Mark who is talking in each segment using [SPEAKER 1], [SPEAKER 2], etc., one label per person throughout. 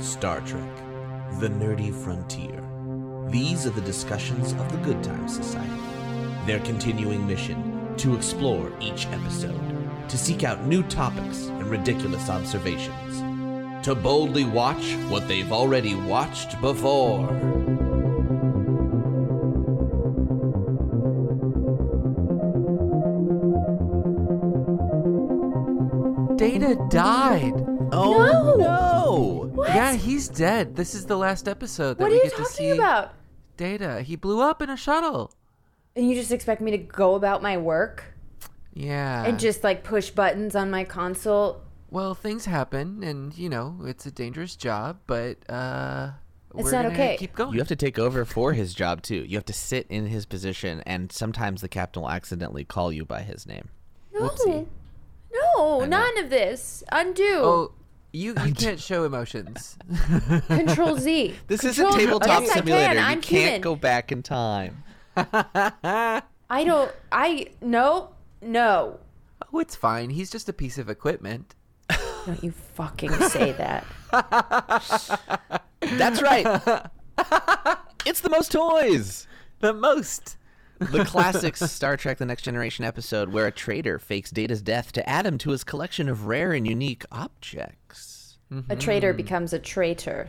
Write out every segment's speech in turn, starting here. [SPEAKER 1] Star Trek The Nerdy Frontier. These are the discussions of the Good Times Society. Their continuing mission to explore each episode, to seek out new topics and ridiculous observations, to boldly watch what they've already watched before.
[SPEAKER 2] Data died.
[SPEAKER 3] Oh,
[SPEAKER 4] No!
[SPEAKER 1] no!
[SPEAKER 4] What?
[SPEAKER 2] Yeah, he's dead. This is the last episode that
[SPEAKER 4] what are
[SPEAKER 2] we
[SPEAKER 4] you
[SPEAKER 2] get to see
[SPEAKER 4] talking about?
[SPEAKER 2] Data. He blew up in a shuttle.
[SPEAKER 4] And you just expect me to go about my work
[SPEAKER 2] Yeah.
[SPEAKER 4] and just like push buttons on my console?
[SPEAKER 2] well, things happen, and you know it's a dangerous job, but uh,
[SPEAKER 4] It's
[SPEAKER 2] we're
[SPEAKER 4] not
[SPEAKER 2] gonna
[SPEAKER 4] okay.
[SPEAKER 2] Keep going.
[SPEAKER 3] You have to take over for his job too. You have to sit in his position, and sometimes the captain will accidentally call you by his name.
[SPEAKER 4] No.
[SPEAKER 2] Whoopsie. Uh-huh.
[SPEAKER 4] No, none of this. Undo.
[SPEAKER 2] oh, you you can't show emotions.
[SPEAKER 4] Control Z.
[SPEAKER 3] This is a
[SPEAKER 4] Control-
[SPEAKER 3] tabletop
[SPEAKER 4] Yes, I can.
[SPEAKER 3] simulator.
[SPEAKER 4] I'm
[SPEAKER 3] you can't
[SPEAKER 4] human.
[SPEAKER 3] go back in time.
[SPEAKER 4] I don't. I. No. No.
[SPEAKER 2] oh, it's fine. He's just a piece of equipment.
[SPEAKER 4] Don't you fucking say that.
[SPEAKER 3] That's right. it's the most toys.
[SPEAKER 2] The most.
[SPEAKER 3] The classic Star Trek The Next Generation episode where a traitor fakes Data's death to add him to his collection of rare and unique objects.
[SPEAKER 2] Mm-hmm.
[SPEAKER 4] A traitor becomes a traitor.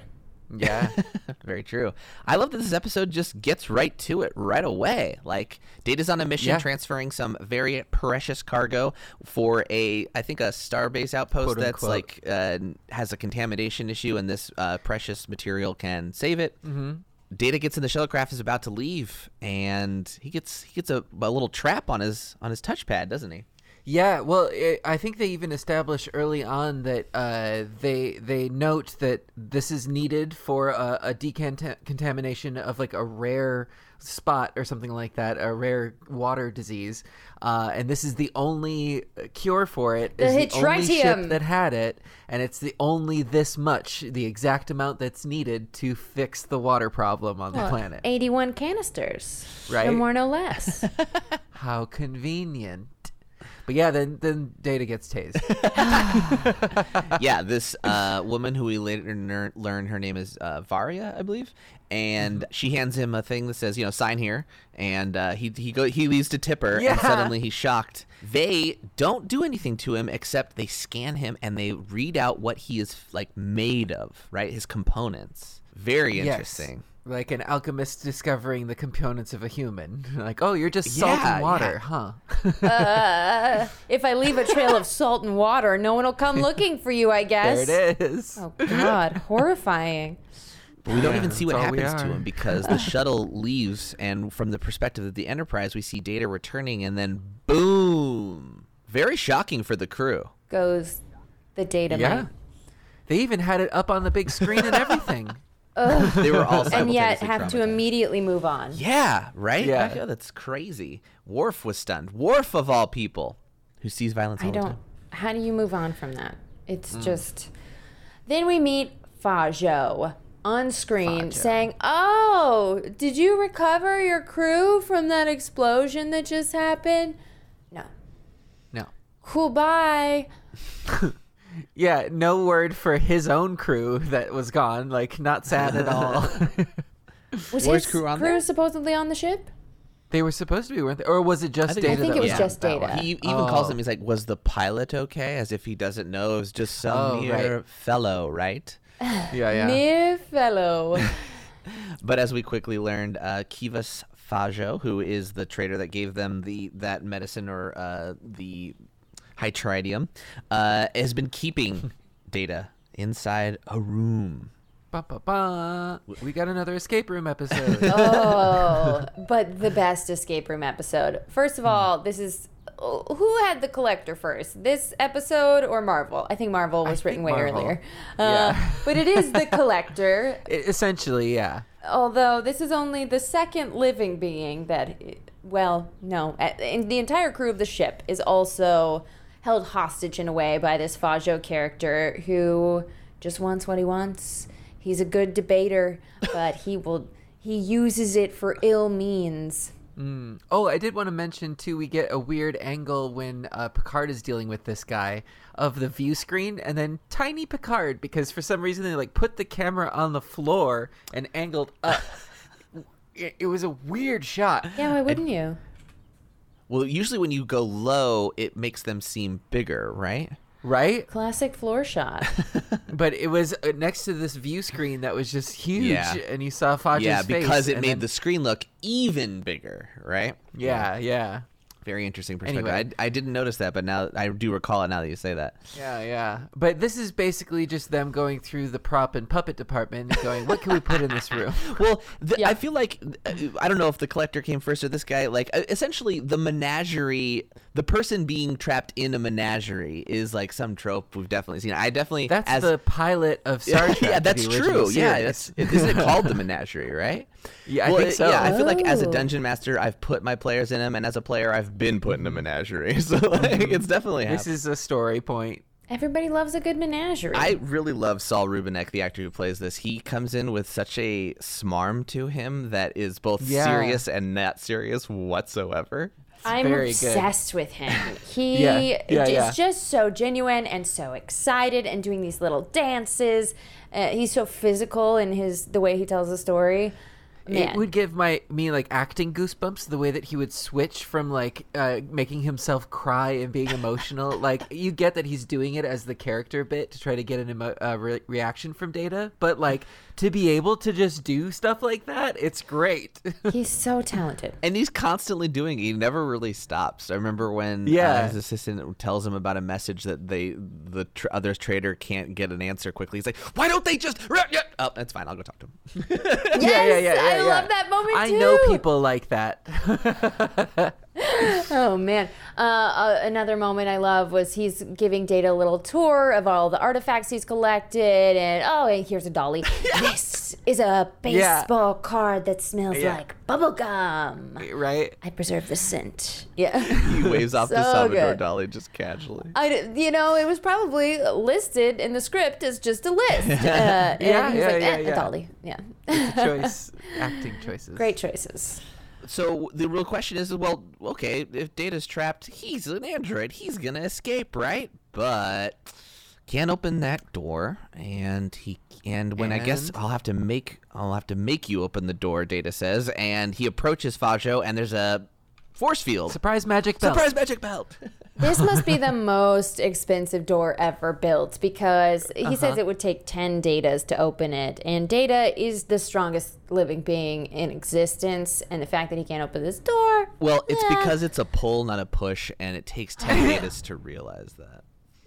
[SPEAKER 2] Yeah.
[SPEAKER 3] Very true. I love that this episode just gets right to it right away. Like Data's on a mission
[SPEAKER 2] Yeah.
[SPEAKER 3] transferring some very precious cargo for a I think a starbase outpost
[SPEAKER 2] Quote,
[SPEAKER 3] that's
[SPEAKER 2] unquote.
[SPEAKER 3] like uh, has a contamination issue and this uh, precious material can save it. Mm-hmm. Data gets in the shuttlecraft is about to leave and he gets he gets a, a little trap on his on his touchpad, doesn't he?
[SPEAKER 2] Yeah, well, i I think they even establish early on that uh, they they note that this is needed for a, a decontamination of like a rare spot or something like that, a rare water disease, uh, and this is the only uh, cure for it.
[SPEAKER 4] The
[SPEAKER 2] is only
[SPEAKER 4] Hitritium.
[SPEAKER 2] ship that had it, and it's the only this much, the exact amount that's needed to fix the water problem on the planet.
[SPEAKER 4] 81 canisters.
[SPEAKER 2] Right.
[SPEAKER 4] No more, no less.
[SPEAKER 2] How convenient! But yeah, then then Data gets tased.
[SPEAKER 3] yeah, this uh, woman who we later ner- learn her name is uh, Varia, I believe,
[SPEAKER 2] Mm-hmm.
[SPEAKER 3] and she hands him a thing that says, you know, sign here, and uh, he he go he leaves to Tipper,
[SPEAKER 2] Yeah.
[SPEAKER 3] and suddenly he's shocked. They don't do anything to him except they scan him and they read out what he is like made of, right? His components. Very interesting.
[SPEAKER 2] Yes. Like an alchemist discovering the components of a human. Like, oh, you're just salt
[SPEAKER 3] Yeah,
[SPEAKER 2] and water, huh?
[SPEAKER 4] if I leave a trail of salt and water, no one will come looking for you, I
[SPEAKER 2] there
[SPEAKER 4] guess.
[SPEAKER 2] it is.
[SPEAKER 4] Oh, God. Horrifying.
[SPEAKER 3] But we don't
[SPEAKER 2] Yeah,
[SPEAKER 3] even see
[SPEAKER 2] that's
[SPEAKER 3] what
[SPEAKER 2] all we
[SPEAKER 3] happens to
[SPEAKER 2] are.
[SPEAKER 3] him because the shuttle leaves, and from the perspective of the Enterprise, we see Data returning, and then boom! Very shocking for the crew.
[SPEAKER 4] Goes the data
[SPEAKER 2] yeah.
[SPEAKER 4] mine.
[SPEAKER 2] They even had it up on the big screen and everything.
[SPEAKER 3] They were all
[SPEAKER 4] And yet
[SPEAKER 3] simultaneously
[SPEAKER 4] have to
[SPEAKER 3] traumatized.
[SPEAKER 4] immediately move on.
[SPEAKER 3] Yeah, right?
[SPEAKER 2] Yeah.
[SPEAKER 3] I feel that's crazy. Worf was stunned. Worf of all people, who sees violence all
[SPEAKER 4] I
[SPEAKER 3] the
[SPEAKER 4] don't.
[SPEAKER 3] time.
[SPEAKER 4] How do you move on from that? It's
[SPEAKER 3] Mm.
[SPEAKER 4] just. Then we meet Fajo on screen saying, "Oh, did you recover your crew from that explosion that just happened?" No.
[SPEAKER 2] No.
[SPEAKER 4] Cool. Bye.
[SPEAKER 2] Yeah, no word for his own crew that was gone. Like, not sad at all.
[SPEAKER 4] Was
[SPEAKER 3] Where's
[SPEAKER 4] his
[SPEAKER 3] crew on there?
[SPEAKER 4] supposedly on the ship?
[SPEAKER 2] they were supposed to be, weren't they? Or was it just
[SPEAKER 3] think-
[SPEAKER 2] Data?
[SPEAKER 3] I
[SPEAKER 4] think
[SPEAKER 2] that
[SPEAKER 4] it was
[SPEAKER 2] on
[SPEAKER 4] just
[SPEAKER 2] that
[SPEAKER 4] Data.
[SPEAKER 2] one?
[SPEAKER 3] He even calls
[SPEAKER 2] Oh.
[SPEAKER 3] him, he's like, Was the pilot okay? As if he doesn't know. It was just some
[SPEAKER 2] Oh,
[SPEAKER 3] mere fellow, right?
[SPEAKER 2] Yeah, yeah.
[SPEAKER 4] Mere fellow.
[SPEAKER 3] But as we quickly learned, uh, Kivas Fajo, who is the traitor that gave them the that medicine or uh, the hytridium, uh, has been keeping data inside a room.
[SPEAKER 2] Ba, ba, ba. We got another escape room episode.
[SPEAKER 4] oh, but the best escape room episode. First
[SPEAKER 2] Hmm.
[SPEAKER 4] of all, this is. Who had the collector first? This episode or Marvel? I think Marvel was written
[SPEAKER 2] think
[SPEAKER 4] way
[SPEAKER 2] Marvel.
[SPEAKER 4] earlier. Uh,
[SPEAKER 2] Yeah.
[SPEAKER 4] but it is the collector,
[SPEAKER 2] E-, Essentially, yeah.
[SPEAKER 4] although this is only the second living being that, well, no, a- and the entire crew of the ship is also held hostage in a way by this Fajo character who just wants what he wants. He's a good debater, but he will he uses it for ill means.
[SPEAKER 2] Oh, I did want to mention too. We get a weird angle when uh, Picard is dealing with this guy of the view screen, and then tiny Picard because for some reason they like put the camera on the floor and angled up. it, it was a weird shot.
[SPEAKER 4] Yeah, why wouldn't you?
[SPEAKER 3] Well, usually when you go low, it makes them seem bigger, right?
[SPEAKER 2] Right,
[SPEAKER 4] Classic floor shot.
[SPEAKER 2] but it was uh, next to this view screen that was just huge,
[SPEAKER 3] Yeah.
[SPEAKER 2] and you saw Faj's
[SPEAKER 3] yeah,
[SPEAKER 2] face.
[SPEAKER 3] because it
[SPEAKER 2] and
[SPEAKER 3] made
[SPEAKER 2] then-
[SPEAKER 3] the screen look even bigger, right?
[SPEAKER 2] Yeah, yeah,
[SPEAKER 3] Very interesting perspective.
[SPEAKER 2] Anyway.
[SPEAKER 3] I, I didn't notice that, but now I do recall it now that you say that.
[SPEAKER 2] yeah, yeah. But this is basically just them going through the prop and puppet department and going, "What can we put in this room?"
[SPEAKER 3] Well, the,
[SPEAKER 4] Yeah.
[SPEAKER 3] I feel like uh, I don't know if the collector came first or this guy. Like, uh, essentially, the menagerie, the person being trapped in a menagerie, is like some trope we've definitely seen. I definitely
[SPEAKER 2] That's
[SPEAKER 3] as
[SPEAKER 2] the pilot of Star Trek.
[SPEAKER 3] yeah,
[SPEAKER 2] the
[SPEAKER 3] that's
[SPEAKER 2] original
[SPEAKER 3] true. Yeah,
[SPEAKER 2] series.
[SPEAKER 3] that's isn't it called the menagerie, right?
[SPEAKER 2] Yeah, I
[SPEAKER 3] Well,
[SPEAKER 2] think
[SPEAKER 3] it-
[SPEAKER 2] so.
[SPEAKER 3] Yeah, I feel like as a
[SPEAKER 4] Oh.
[SPEAKER 3] dungeon master, I've put my players in them, and as a player, I've been put in a menagerie. So like, it's definitely
[SPEAKER 2] Mm-hmm. this
[SPEAKER 3] happened.
[SPEAKER 2] is a story point.
[SPEAKER 4] Everybody loves a good menagerie.
[SPEAKER 3] I really love Saul Rubinek, the actor who plays this. He comes in with such a smarm to him that is both
[SPEAKER 2] Yeah.
[SPEAKER 3] serious and not serious whatsoever.
[SPEAKER 4] I'm
[SPEAKER 2] very good.
[SPEAKER 4] obsessed with him. He
[SPEAKER 2] Yeah, yeah,
[SPEAKER 4] is
[SPEAKER 2] yeah.
[SPEAKER 4] just so genuine and so excited and doing these little dances. Uh, he's so physical in his the way he tells the story. Man.
[SPEAKER 2] It would give my me like acting goosebumps the way that he would switch from like uh, making himself cry and being emotional. like you get that he's doing it as the character bit to try to get an emo- uh, re- reaction from Data, but like to be able to just do stuff like that, it's great.
[SPEAKER 4] he's so talented.
[SPEAKER 3] And he's constantly doing it. He never really stops. I remember when uh,
[SPEAKER 2] Yeah.
[SPEAKER 3] his assistant tells him about a message that they the tr- other trader can't get an answer quickly. He's like, "Why don't they just?" Oh, that's fine. I'll go talk to him.
[SPEAKER 4] Yes, I love that moment
[SPEAKER 2] I
[SPEAKER 4] too.
[SPEAKER 2] know people like that.
[SPEAKER 4] Oh man! Uh, uh, another moment I love was he's giving Data a little tour of all the artifacts he's collected, and oh, and here's a dolly. This is a
[SPEAKER 2] Yeah.
[SPEAKER 4] baseball card that smells
[SPEAKER 2] Yeah.
[SPEAKER 4] like bubblegum.
[SPEAKER 2] right?
[SPEAKER 4] I preserve the scent. Yeah.
[SPEAKER 3] He waves off to
[SPEAKER 4] So
[SPEAKER 3] Salvador
[SPEAKER 4] good.
[SPEAKER 3] Dali just casually.
[SPEAKER 4] I, d- you know, it was probably listed in the script as just a list. Uh, and
[SPEAKER 2] Yeah,
[SPEAKER 4] he's
[SPEAKER 2] yeah,
[SPEAKER 4] like,
[SPEAKER 2] yeah,
[SPEAKER 4] eh,
[SPEAKER 2] yeah.
[SPEAKER 4] a dolly. Yeah.
[SPEAKER 2] Choice acting choices.
[SPEAKER 4] Great choices.
[SPEAKER 3] So the real question is, well, okay, if Data's trapped, he's an android. He's gonna escape, right? But can't open that door, and he and when I guess
[SPEAKER 2] And?
[SPEAKER 3] I'll have to make I'll have to make you open the door. Data says, and he approaches Fajo, and there's a force field.
[SPEAKER 2] Surprise magic belt.
[SPEAKER 3] Surprise magic belt.
[SPEAKER 4] This must be the most expensive door ever built because he
[SPEAKER 2] Uh-huh.
[SPEAKER 4] says it would take 10 datas to open it. And data is the strongest living being in existence. And the fact that he can't open this door.
[SPEAKER 3] well, it's
[SPEAKER 4] yeah.
[SPEAKER 3] because it's a pull, not a push, and it takes ten datas to realize that.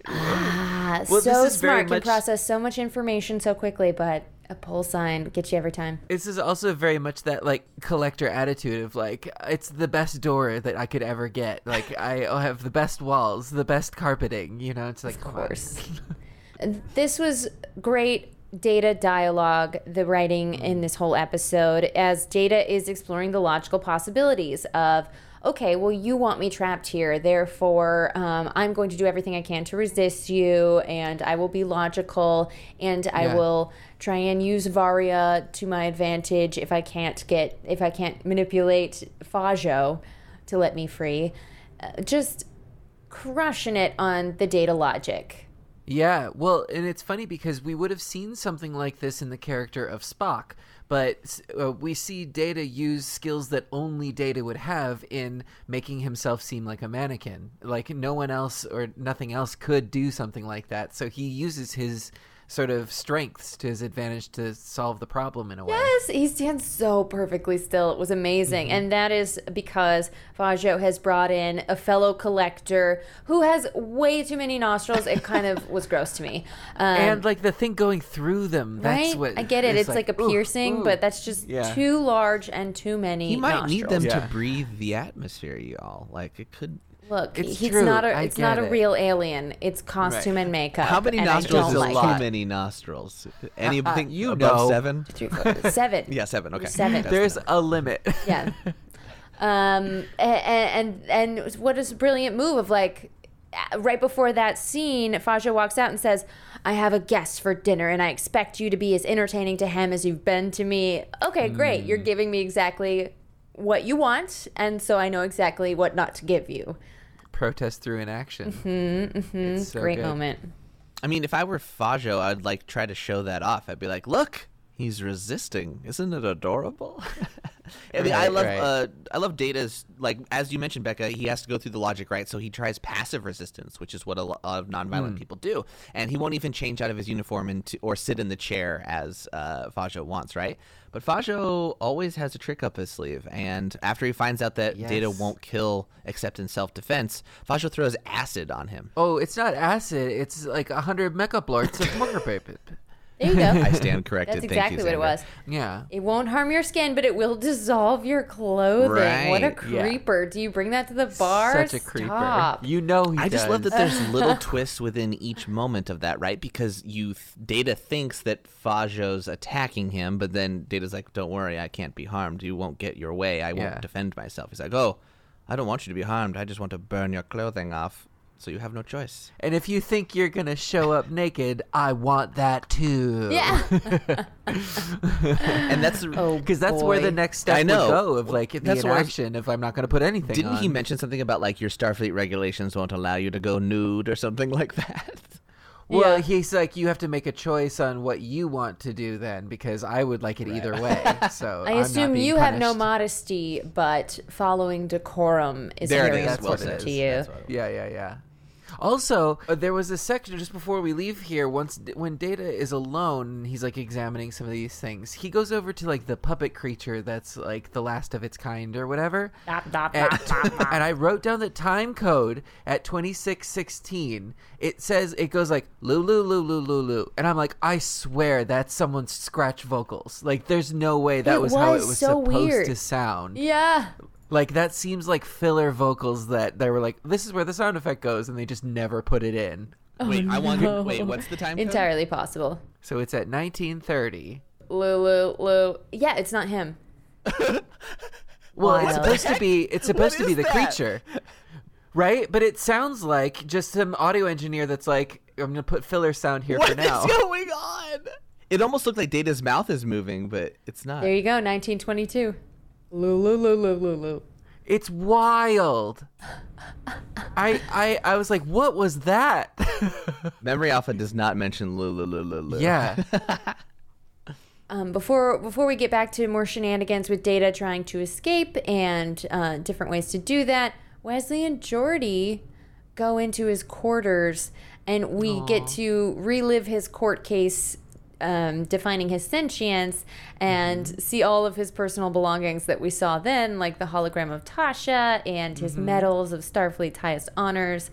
[SPEAKER 4] Ah,
[SPEAKER 2] Well,
[SPEAKER 4] so
[SPEAKER 2] this is very
[SPEAKER 4] smart, can
[SPEAKER 2] much-
[SPEAKER 4] process so much information so quickly, but a pull sign gets you every time.
[SPEAKER 2] This is also very much that like collector attitude of like it's the best door that I could ever get. Like I have the best walls, the best carpeting. You know, it's like
[SPEAKER 4] Of course. this was great data dialogue the writing in this whole episode as data is exploring the logical possibilities of okay well you want me trapped here therefore um, i'm going to do everything i can to resist you and i will be logical and i
[SPEAKER 2] Yeah.
[SPEAKER 4] will try and use varia to my advantage if i can't get if i can't manipulate fajo to let me free Uh, just crushing it on the data logic
[SPEAKER 2] Yeah, well, and it's funny because we would have seen something like this in the character of Spock, but uh, we see Data use skills that only Data would have in making himself seem like a mannequin. Like no one else or nothing else could do something like that. So he uses his sort of strengths to his advantage to solve the problem in a way.
[SPEAKER 4] Yes, he stands so perfectly still. It was amazing.
[SPEAKER 2] Mm-hmm.
[SPEAKER 4] And that is because Faggio has brought in a fellow collector who has way too many nostrils. It kind of was gross to me. Um,
[SPEAKER 2] and like the thing going through them. That's
[SPEAKER 4] right?
[SPEAKER 2] what
[SPEAKER 4] I get it. It's, like, a
[SPEAKER 2] ooh,
[SPEAKER 4] piercing,
[SPEAKER 2] ooh.
[SPEAKER 4] but that's just
[SPEAKER 2] Yeah.
[SPEAKER 4] too large and too many.
[SPEAKER 3] He might need them
[SPEAKER 4] nostrils.
[SPEAKER 2] Yeah.
[SPEAKER 3] to breathe the atmosphere, y'all. Like it could.
[SPEAKER 4] Look,
[SPEAKER 2] It's
[SPEAKER 4] he's
[SPEAKER 2] true.
[SPEAKER 4] not a
[SPEAKER 2] I
[SPEAKER 4] it's not
[SPEAKER 2] get
[SPEAKER 4] a
[SPEAKER 2] it.
[SPEAKER 4] real alien. It's costume
[SPEAKER 2] Right.
[SPEAKER 4] and makeup.
[SPEAKER 3] How many
[SPEAKER 4] and I
[SPEAKER 3] nostrils
[SPEAKER 4] don't
[SPEAKER 3] is
[SPEAKER 2] a
[SPEAKER 4] like Uh,
[SPEAKER 2] lot?
[SPEAKER 3] too many nostrils? Anything
[SPEAKER 2] You
[SPEAKER 3] above
[SPEAKER 2] know.
[SPEAKER 3] seven?
[SPEAKER 4] Three, four, seven.
[SPEAKER 3] Yeah, seven. Okay.
[SPEAKER 4] Seven.
[SPEAKER 3] That's
[SPEAKER 2] There's
[SPEAKER 3] enough.
[SPEAKER 2] a limit.
[SPEAKER 4] yeah. Um, and, and and what is a brilliant move of like uh, right before that scene, Faja walks out and says, "I have a guest for dinner, and I
[SPEAKER 2] Mm.
[SPEAKER 4] expect you to be as entertaining to him as you've been to me." Okay, great. You're giving me exactly what you want, and so I know exactly what not to give you.
[SPEAKER 2] Protest through inaction. It's so
[SPEAKER 4] Mm-hmm, Great
[SPEAKER 2] good.
[SPEAKER 4] moment.
[SPEAKER 3] I mean, if I were Fajo, I'd like try to show that off. I'd be like, "Look, he's resisting. Isn't it adorable?" I mean, I
[SPEAKER 2] Right,
[SPEAKER 3] love
[SPEAKER 2] right.
[SPEAKER 3] uh, I love Data's like as you mentioned, Becca. He has to go through the logic, right? So he tries passive resistance, which is what a lot of
[SPEAKER 2] Hmm.
[SPEAKER 3] nonviolent people do, and he won't even change out of his uniform and to, or sit in the chair as uh, Fajo wants, right? But Fajo always has a trick up his sleeve, and after he finds out that Data
[SPEAKER 2] Yes.
[SPEAKER 3] won't kill except in self defense, Fajo throws acid on him.
[SPEAKER 2] Oh, it's not acid. It's like a hundred megablorts of marker paper.
[SPEAKER 4] There you go.
[SPEAKER 3] I stand corrected.
[SPEAKER 4] That's
[SPEAKER 3] Thank
[SPEAKER 4] exactly
[SPEAKER 3] you,
[SPEAKER 4] what it
[SPEAKER 3] Xander.
[SPEAKER 4] was.
[SPEAKER 2] Yeah.
[SPEAKER 4] It won't harm your skin, but it will dissolve your clothing. What a
[SPEAKER 3] Right.
[SPEAKER 2] Yeah.
[SPEAKER 4] creeper. Do you bring that to the bar?
[SPEAKER 2] Such a creeper.
[SPEAKER 4] Stop.
[SPEAKER 2] You know he
[SPEAKER 3] I just love
[SPEAKER 2] does.
[SPEAKER 3] that there's little twists within each moment of that, right? Because you th- Data thinks that Fajo's attacking him, but then Data's like, "Don't worry, I can't be harmed. You won't get your way. I
[SPEAKER 2] Yeah.
[SPEAKER 3] won't defend myself." He's like, "Oh, I don't want you to be harmed. I just want to burn your clothing off, so you have no choice."
[SPEAKER 2] And if you think you're gonna show up naked, I want that too.
[SPEAKER 4] yeah.
[SPEAKER 3] And that's the-
[SPEAKER 4] Oh,
[SPEAKER 2] Because that's where the
[SPEAKER 4] boy.
[SPEAKER 2] next step
[SPEAKER 3] I know.
[SPEAKER 2] would go of like the
[SPEAKER 3] That's where I-
[SPEAKER 2] inaction if I'm not gonna put anything.
[SPEAKER 3] didn't he
[SPEAKER 2] on.
[SPEAKER 3] mention something about like your Starfleet regulations won't allow you to go nude or something like that?
[SPEAKER 2] Well,
[SPEAKER 4] Yeah.
[SPEAKER 2] he's like, you have to make a choice on what you want to do then, because I would like it either way. So
[SPEAKER 4] I
[SPEAKER 2] I'm not
[SPEAKER 4] assume
[SPEAKER 2] being
[SPEAKER 4] you have no
[SPEAKER 2] punished.
[SPEAKER 4] modesty, but following decorum is
[SPEAKER 3] There it
[SPEAKER 4] very
[SPEAKER 3] is. That's
[SPEAKER 4] important
[SPEAKER 3] what it
[SPEAKER 4] to
[SPEAKER 3] is.
[SPEAKER 4] you.
[SPEAKER 3] That's what it
[SPEAKER 2] Yeah, yeah, yeah. Also, uh, there was a section just before we leave here. Once when Data is alone, he's like examining some of these things. He goes over to like the puppet creature that's like the last of its kind or whatever.
[SPEAKER 4] Dop, dop,
[SPEAKER 2] and,
[SPEAKER 4] dop, dop, dop.
[SPEAKER 2] and I wrote down the time code at twenty six sixteen. It says it goes like lulu lulu lulu, and I'm like, I swear that's someone's scratch vocals. Like, there's no way that
[SPEAKER 4] It
[SPEAKER 2] was, how it
[SPEAKER 4] was
[SPEAKER 2] was
[SPEAKER 4] so
[SPEAKER 2] supposed
[SPEAKER 4] weird.
[SPEAKER 2] to sound.
[SPEAKER 4] Yeah.
[SPEAKER 2] Like that seems like filler vocals that they were like, this is where the sound effect goes, and they just never put it in.
[SPEAKER 3] wait, I
[SPEAKER 4] no.
[SPEAKER 3] want. Wait, what's the time? code?
[SPEAKER 4] Entirely possible.
[SPEAKER 2] So it's at 1930.
[SPEAKER 4] Lulu, Lulu. Yeah, it's not him.
[SPEAKER 2] Well,
[SPEAKER 4] Wild.
[SPEAKER 2] it's supposed to be it's supposed to be
[SPEAKER 3] is
[SPEAKER 2] the
[SPEAKER 3] that?
[SPEAKER 2] creature, right? But it sounds like just some audio engineer that's like, I'm gonna put filler sound here
[SPEAKER 3] What
[SPEAKER 2] for
[SPEAKER 3] is
[SPEAKER 2] now.
[SPEAKER 3] going on? It almost looked like Data's mouth is moving, but it's not.
[SPEAKER 4] There you go, 1922. Lulu, Lulu, Lulu.
[SPEAKER 2] It's wild. I I I was like, what was that?
[SPEAKER 3] Memory Alpha does not mention Lulululu.
[SPEAKER 2] yeah,
[SPEAKER 4] Um, before before we get back to more shenanigans with Data trying to escape and uh, different ways to do that, Wesley and Jordy go into his quarters, and we get to relive his court case, um, defining his sentience, and see all of his personal belongings that we saw then, like the hologram of Tasha and his medals of Starfleet's highest honors.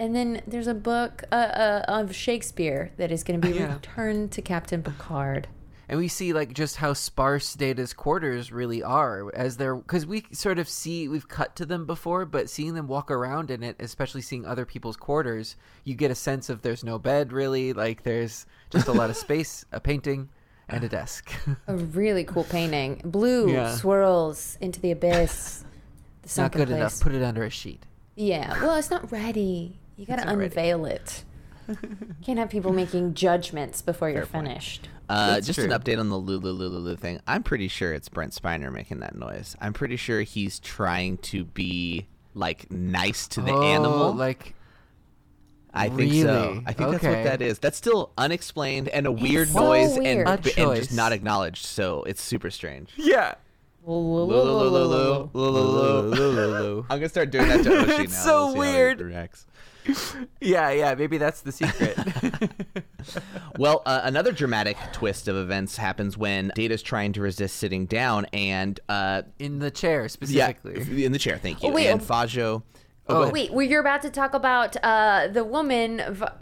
[SPEAKER 4] And then there's a book uh, uh, of Shakespeare that is going to be
[SPEAKER 2] Yeah.
[SPEAKER 4] returned to Captain Picard.
[SPEAKER 2] and we see like just how sparse data's quarters really are as they're because we sort of see we've cut to them before but seeing them walk around in it especially seeing other people's quarters you get a sense of there's no bed really like there's just a lot of space a painting and a desk
[SPEAKER 4] A really cool painting. Blue
[SPEAKER 2] Yeah.
[SPEAKER 4] swirls into the abyss. The
[SPEAKER 2] not
[SPEAKER 4] sunken
[SPEAKER 2] good
[SPEAKER 4] place.
[SPEAKER 2] enough put it under a sheet
[SPEAKER 4] yeah. Well, it's not ready. You gotta
[SPEAKER 2] not ready.
[SPEAKER 4] unveil it. Can't have people making judgments before you're finished.
[SPEAKER 3] Uh,
[SPEAKER 2] That's
[SPEAKER 3] just an
[SPEAKER 2] true.
[SPEAKER 3] update on the Lulululu thing. I'm pretty sure it's Brent Spiner making that noise. I'm pretty sure he's trying to be like nice to the
[SPEAKER 2] Oh,
[SPEAKER 3] animal.
[SPEAKER 2] like
[SPEAKER 3] I think so.
[SPEAKER 2] really?
[SPEAKER 3] I think that's
[SPEAKER 2] Okay.
[SPEAKER 3] what that is. That's still unexplained and a weird
[SPEAKER 4] so
[SPEAKER 3] noise
[SPEAKER 4] weird.
[SPEAKER 3] and
[SPEAKER 4] A
[SPEAKER 3] and just
[SPEAKER 2] choice.
[SPEAKER 3] not acknowledged. So it's super strange.
[SPEAKER 2] yeah
[SPEAKER 3] Lulululu,
[SPEAKER 2] Lululu.
[SPEAKER 3] lululu. I'm gonna start doing that to Oshi now.
[SPEAKER 2] It's
[SPEAKER 3] We'll
[SPEAKER 2] so
[SPEAKER 3] see how he
[SPEAKER 2] weird.
[SPEAKER 3] reacts.
[SPEAKER 2] yeah yeah maybe that's the secret
[SPEAKER 3] Well, uh, another dramatic twist of events happens when Data's trying to resist sitting down, and uh,
[SPEAKER 2] in the chair
[SPEAKER 3] yeah,
[SPEAKER 2] specifically
[SPEAKER 3] in the chair. Thank you.
[SPEAKER 4] Oh, wait,
[SPEAKER 3] and
[SPEAKER 4] oh.
[SPEAKER 3] Fajo.
[SPEAKER 2] Oh.
[SPEAKER 4] Wait, well, you're about to talk about uh, the woman. Va-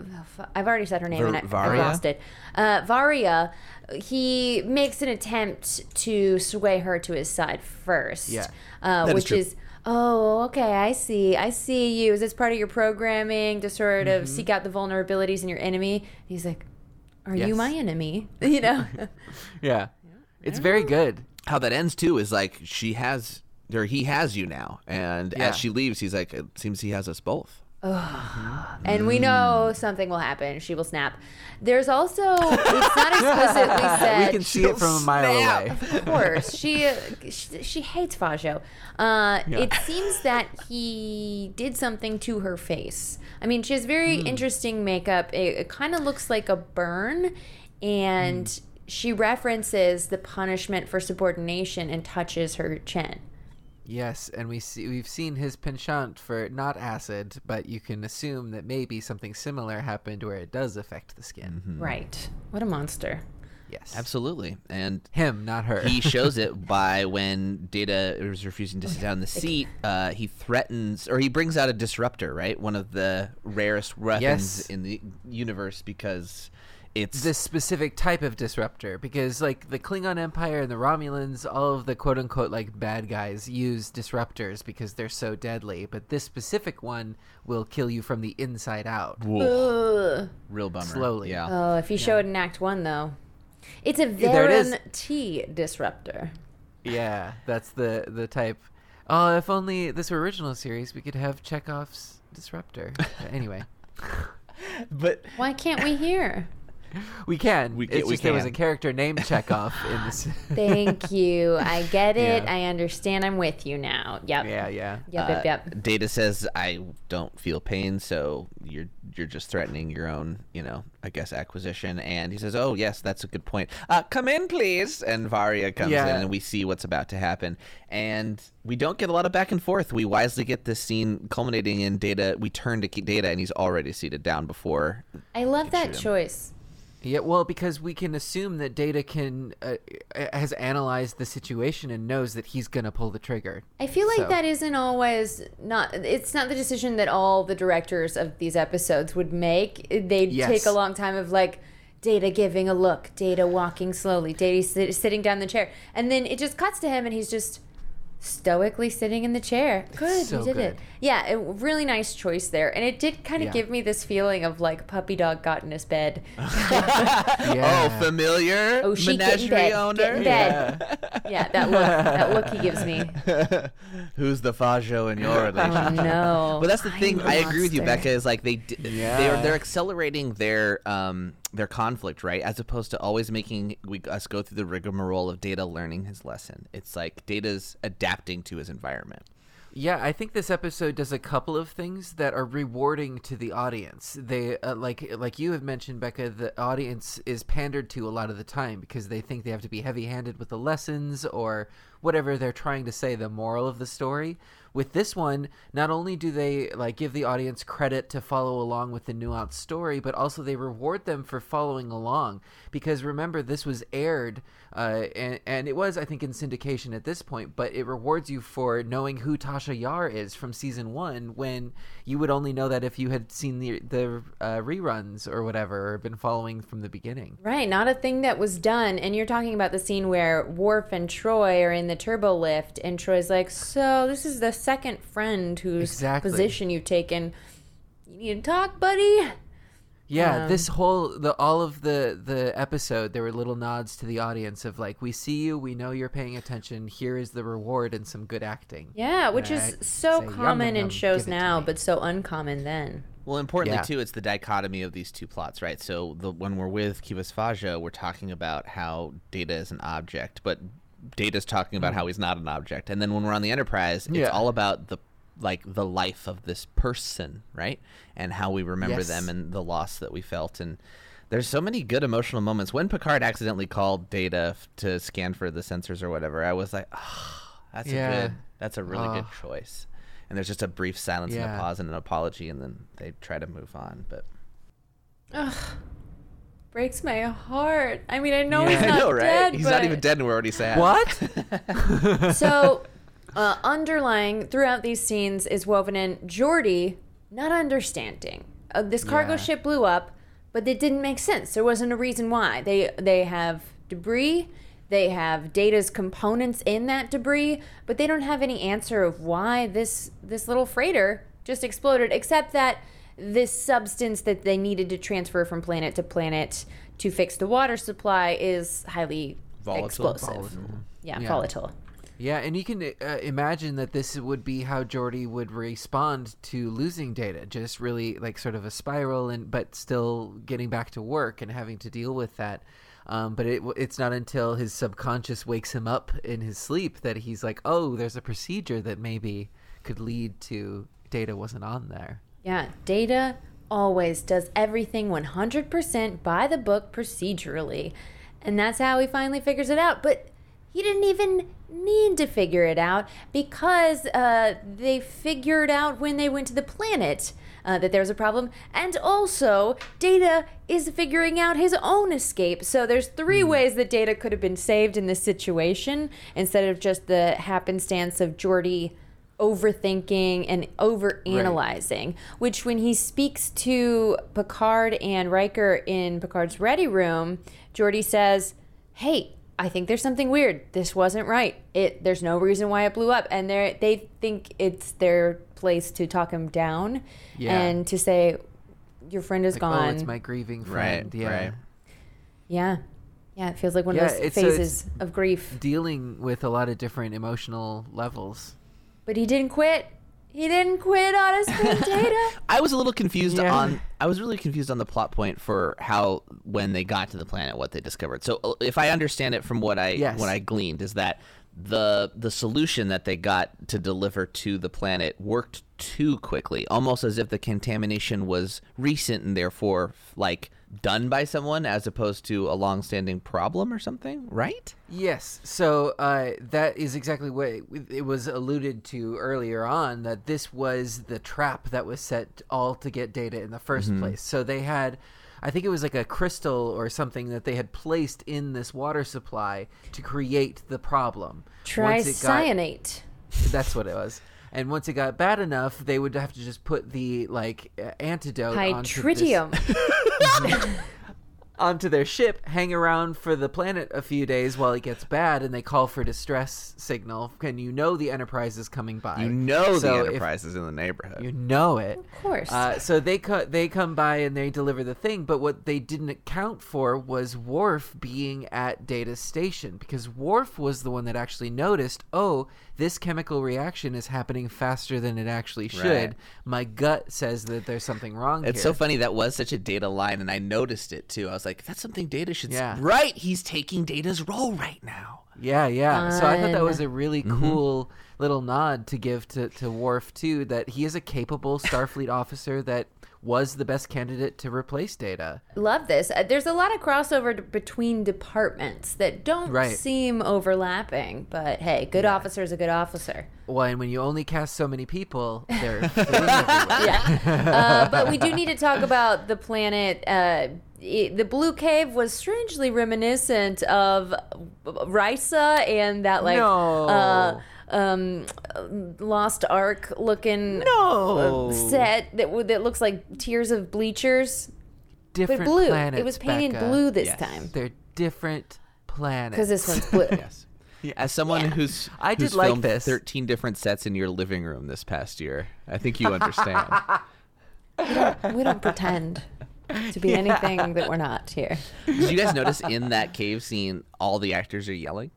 [SPEAKER 4] I've already said her name,
[SPEAKER 3] Var-
[SPEAKER 4] and I, I
[SPEAKER 3] Varia?
[SPEAKER 4] lost it. Uh, Varia. He makes an attempt to sway her to his side first.
[SPEAKER 2] Yeah.
[SPEAKER 4] uh,
[SPEAKER 3] That is
[SPEAKER 4] which
[SPEAKER 3] true.
[SPEAKER 4] is, oh, okay, I see, I see you. Is this part of your programming to sort of seek out the vulnerabilities in your enemy? He's like, are you
[SPEAKER 2] Yes.
[SPEAKER 4] my enemy? You know.
[SPEAKER 2] yeah it's very good
[SPEAKER 3] How that ends too is like she has or he has you now, and
[SPEAKER 2] Yeah.
[SPEAKER 3] as she leaves, he's like, "It seems he has us both."
[SPEAKER 4] and we know something will happen. She will snap. There's also it's not explicitly said.
[SPEAKER 2] we can see it from a mile away.
[SPEAKER 4] Of course, she, she she hates Fajo. Uh, It seems that he did something to her face. I mean, she has very
[SPEAKER 2] Hmm.
[SPEAKER 4] interesting makeup. It, it kind of looks like a burn, and
[SPEAKER 2] Hmm.
[SPEAKER 4] she references the punishment for subordination and touches her chin.
[SPEAKER 2] Yes, and we see we've seen his penchant for not acid, but you can assume that maybe something similar happened where it does affect the skin.
[SPEAKER 4] Mm-hmm. Right. What a monster.
[SPEAKER 2] Yes,
[SPEAKER 3] Absolutely. And
[SPEAKER 2] Him, not her.
[SPEAKER 3] he shows it by when Data is refusing to sit down in the seat. Uh, he threatens, or he brings out a disruptor, right? One of the rarest weapons
[SPEAKER 2] Yes.
[SPEAKER 3] in the universe because it's
[SPEAKER 2] this specific type of disruptor because like the Klingon Empire and the Romulans, all of the quote unquote like bad guys use disruptors because they're so deadly, but this specific one will kill you from the inside out.
[SPEAKER 3] Whoa,
[SPEAKER 4] Ugh.
[SPEAKER 3] real bummer.
[SPEAKER 2] Slowly.
[SPEAKER 3] yeah.
[SPEAKER 4] Oh, if you show it in Act One, though, it's a
[SPEAKER 2] There it is.
[SPEAKER 4] Varen T disruptor.
[SPEAKER 2] Yeah, that's the the type. Oh, if only this were original series, we could have Chekhov's disruptor. But anyway,
[SPEAKER 3] but
[SPEAKER 4] Why can't we hear?
[SPEAKER 2] we can.
[SPEAKER 3] We ca-
[SPEAKER 2] it's
[SPEAKER 3] we
[SPEAKER 2] just there was a
[SPEAKER 3] can.
[SPEAKER 2] character named Chekhov in this.
[SPEAKER 4] Thank you. I get it.
[SPEAKER 2] Yeah.
[SPEAKER 4] I understand. I'm with you now. Yep.
[SPEAKER 2] yeah, uh, yeah.
[SPEAKER 4] Yep. Yep. Yep.
[SPEAKER 3] Data says I don't feel pain, so you're you're just threatening your own, you know, I guess acquisition. And he says, "Oh yes, that's a good point. Uh, come in, please." And Varia comes
[SPEAKER 2] Yeah.
[SPEAKER 3] in, and we see what's about to happen. And we don't get a lot of back and forth. We wisely get this scene culminating in Data. We turn to Data, and he's already seated down before.
[SPEAKER 4] I love that choice.
[SPEAKER 2] Yeah, well, because we can assume that Data can uh, uh, has analyzed the situation and knows that he's gonna pull the trigger.
[SPEAKER 4] I feel like
[SPEAKER 2] So-
[SPEAKER 4] that isn't always not. It's not the decision that all the directors of these episodes would make. They would
[SPEAKER 2] Yes.
[SPEAKER 4] take a long time of like data giving a look, data walking slowly, data sit, sitting down in the chair, and then it just cuts to him, and he's just stoically sitting in the chair. Good,
[SPEAKER 2] so
[SPEAKER 4] he did it.
[SPEAKER 2] good.
[SPEAKER 4] Yeah, a really nice choice there, and it did kind of
[SPEAKER 2] Yeah.
[SPEAKER 4] give me this feeling of like puppy dog got in his bed.
[SPEAKER 2] Yeah.
[SPEAKER 3] Oh, familiar
[SPEAKER 4] Oh, she get
[SPEAKER 3] menagerie
[SPEAKER 4] in bed,
[SPEAKER 3] owner.
[SPEAKER 4] get in bed. Yeah. that look, that look he gives me.
[SPEAKER 3] Who's the Fajo in your relationship?
[SPEAKER 4] Oh no!
[SPEAKER 3] But that's the thing. I agree with you,
[SPEAKER 4] monster.
[SPEAKER 3] Becca. Is like they d-
[SPEAKER 2] Yeah.
[SPEAKER 3] they're they're accelerating their um their conflict, right? As opposed to always making we, us go through the rigmarole of Data learning his lesson. It's like Data's adapting to his environment.
[SPEAKER 2] Yeah, I think this episode does a couple of things that are rewarding to the audience. They uh, like like you have mentioned, Becca. The audience is pandered to a lot of the time because they think they have to be heavy-handed with the lessons or whatever they're trying to say, the moral of the story. With this one, not only do they like give the audience credit to follow along with the nuanced story, but also they reward them for following along because remember this was aired uh, and and it was I think in syndication at this point, but it rewards you for knowing who Tasha Yar is from season one when you would only know that if you had seen the the uh, reruns or whatever or been following from the beginning.
[SPEAKER 4] Right, not a thing that was done. And you're talking about the scene where Worf and Troy are in the turbo lift, and Troy's like, "So this is the second friend whose
[SPEAKER 2] Exactly.
[SPEAKER 4] position you've taken. You need to talk, buddy."
[SPEAKER 2] Yeah, this whole the all of the the episode there were little nods to the audience of like we see you, we know you're paying attention. Here is the reward and some good acting.
[SPEAKER 4] Yeah, which
[SPEAKER 2] Right.
[SPEAKER 4] is so
[SPEAKER 2] Say, yum,
[SPEAKER 4] common
[SPEAKER 2] yum,
[SPEAKER 4] in
[SPEAKER 2] yum,
[SPEAKER 4] shows
[SPEAKER 2] give it to
[SPEAKER 4] now,
[SPEAKER 2] me.
[SPEAKER 4] but so uncommon then.
[SPEAKER 3] Well, importantly
[SPEAKER 2] Yeah.
[SPEAKER 3] too, it's the dichotomy of these two plots, right? So the when we're with Kivas Faja, we're talking about how Data is an object, but Data's talking about how he's not an object. And then when we're on the Enterprise, it's
[SPEAKER 2] Mm. Yeah.
[SPEAKER 3] all about the like the life of this person, right? And how we remember
[SPEAKER 2] Yes.
[SPEAKER 3] them and the loss that we felt and there's so many good emotional moments. When Picard accidentally called Data f- to scan for the sensors or whatever, I was like, oh, that's
[SPEAKER 2] Yeah.
[SPEAKER 3] a good that's a really good choice. And there's just a brief silence and
[SPEAKER 2] Yeah.
[SPEAKER 3] a pause and an apology, and then they try to move on. But
[SPEAKER 4] Breaks my heart. I mean, I know
[SPEAKER 2] Yeah.
[SPEAKER 4] he's
[SPEAKER 2] I
[SPEAKER 4] not dead.
[SPEAKER 3] he's not
[SPEAKER 4] but-
[SPEAKER 3] even dead, and we're already sad.
[SPEAKER 2] What?
[SPEAKER 4] So, uh, underlying throughout these scenes is woven in Jordy not understanding. Uh, this cargo
[SPEAKER 2] Yeah.
[SPEAKER 4] ship blew up, but it didn't make sense. There wasn't a reason why. They they have debris. They have data's components in that debris, but they don't have any answer of why this this little freighter just exploded. Except that this substance that they needed to transfer from planet to planet to fix the water supply is highly
[SPEAKER 3] Volatile.
[SPEAKER 4] explosive. Yeah, volatile.
[SPEAKER 2] Yeah, and you can uh, imagine that this would be how Jordy would respond to losing data, just really like sort of a spiral, and but still getting back to work and having to deal with that. Um, but it, it's not until his subconscious wakes him up in his sleep that he's like, "Oh, there's a procedure that maybe could lead to data wasn't on there."
[SPEAKER 4] Yeah, data always does everything 100% by the book procedurally. And that's how he finally figures it out. But he didn't even need to figure it out because uh, they figured out when they went to the planet uh, that there was a problem. And also, Data is figuring out his own escape. So there's three ways that Data could have been saved in this situation instead of just the happenstance of Jordy overthinking and overanalyzing, which when he speaks to Picard and Riker in Picard's ready room, Geordi says, "Hey, I think there's something weird. This wasn't right. It there's no reason why it blew up." And they they think it's their place to talk him down
[SPEAKER 2] Yeah.
[SPEAKER 4] and to say your friend is
[SPEAKER 2] Like,
[SPEAKER 4] gone.
[SPEAKER 2] oh, it's my grieving
[SPEAKER 3] Right,
[SPEAKER 2] friend. yeah.
[SPEAKER 3] right.
[SPEAKER 4] yeah. Yeah, it feels like one
[SPEAKER 2] Yeah,
[SPEAKER 4] of those
[SPEAKER 2] it's- so
[SPEAKER 4] phases of grief.
[SPEAKER 2] Dealing with a lot of different emotional levels.
[SPEAKER 4] But he didn't quit. He didn't quit on his friend Data.
[SPEAKER 3] I was a little confused
[SPEAKER 2] Yeah.
[SPEAKER 3] on. I was really confused on the plot point for how when they got to the planet, what they discovered. So, uh, if I understand it from what I
[SPEAKER 2] Yes.
[SPEAKER 3] what I gleaned, is that the the solution that they got to deliver to the planet worked too quickly, almost as if the contamination was recent and therefore like done by someone, as opposed to a long-standing problem or something, right?
[SPEAKER 2] Yes, so uh, that is exactly what it was alluded to earlier on that this was the trap that was set all to get data in the 1st place. So they had, I think it was like a crystal or something that they had placed in this water supply to create the problem. Once it got-
[SPEAKER 4] Tricyanate.
[SPEAKER 2] That's what it was. And once it got bad enough, they would have to just put the like uh, antidote onto this-
[SPEAKER 4] Hytritium.
[SPEAKER 2] onto their ship, hang around for the planet a few days while it gets bad, and they call for distress signal. And you know the Enterprise is coming by.
[SPEAKER 3] You know
[SPEAKER 2] So
[SPEAKER 3] the
[SPEAKER 2] if-
[SPEAKER 3] Enterprise is in the neighborhood.
[SPEAKER 2] you know it. Of
[SPEAKER 4] course.
[SPEAKER 2] Uh, so they co- they come by and they deliver the thing, but what they didn't account for was Worf being at Data's station because Worf was the one that actually noticed. Oh, this chemical reaction is happening faster than it actually should.
[SPEAKER 3] Right.
[SPEAKER 2] My gut says that there's something wrong.
[SPEAKER 3] It's
[SPEAKER 2] here.
[SPEAKER 3] so funny that was such a data line, and I noticed it too. I was like, "That's something data should." s-
[SPEAKER 2] Yeah.
[SPEAKER 3] Right, he's taking data's role right now.
[SPEAKER 2] Yeah, yeah. So I thought that
[SPEAKER 4] Fun.
[SPEAKER 2] was a really
[SPEAKER 3] Mm-hmm.
[SPEAKER 2] cool little nod to give to to Worf too that he is a capable Starfleet officer that was the best candidate to replace Data.
[SPEAKER 4] Love this. Uh, There's a lot of crossover d- between departments that don't
[SPEAKER 2] Right.
[SPEAKER 4] seem overlapping, but hey, good officer is a good officer.
[SPEAKER 2] Well, and when you only cast so many people, they're filling everywhere.
[SPEAKER 4] Uh, but we do need to talk about the planet. Uh, i the Blue Cave was strangely reminiscent of Risa and that like
[SPEAKER 2] No.
[SPEAKER 4] uh, um, Lost Ark looking
[SPEAKER 2] No.
[SPEAKER 4] set that w- that looks like tears of bleachers, but
[SPEAKER 2] different
[SPEAKER 4] blue.
[SPEAKER 2] planets.
[SPEAKER 4] it was painted
[SPEAKER 2] Becca.
[SPEAKER 4] blue this
[SPEAKER 3] Yes.
[SPEAKER 4] time
[SPEAKER 2] They're different planets.
[SPEAKER 4] because this one's blue.
[SPEAKER 3] Yes. As someone who's
[SPEAKER 2] I did
[SPEAKER 3] who's
[SPEAKER 2] like
[SPEAKER 3] filmed
[SPEAKER 2] this.
[SPEAKER 3] thirteen different sets in your living room this past year, I think you understand.
[SPEAKER 4] We don't pretend to be anything that we're not here.
[SPEAKER 3] Did you guys notice in that cave scene, all the actors are yelling?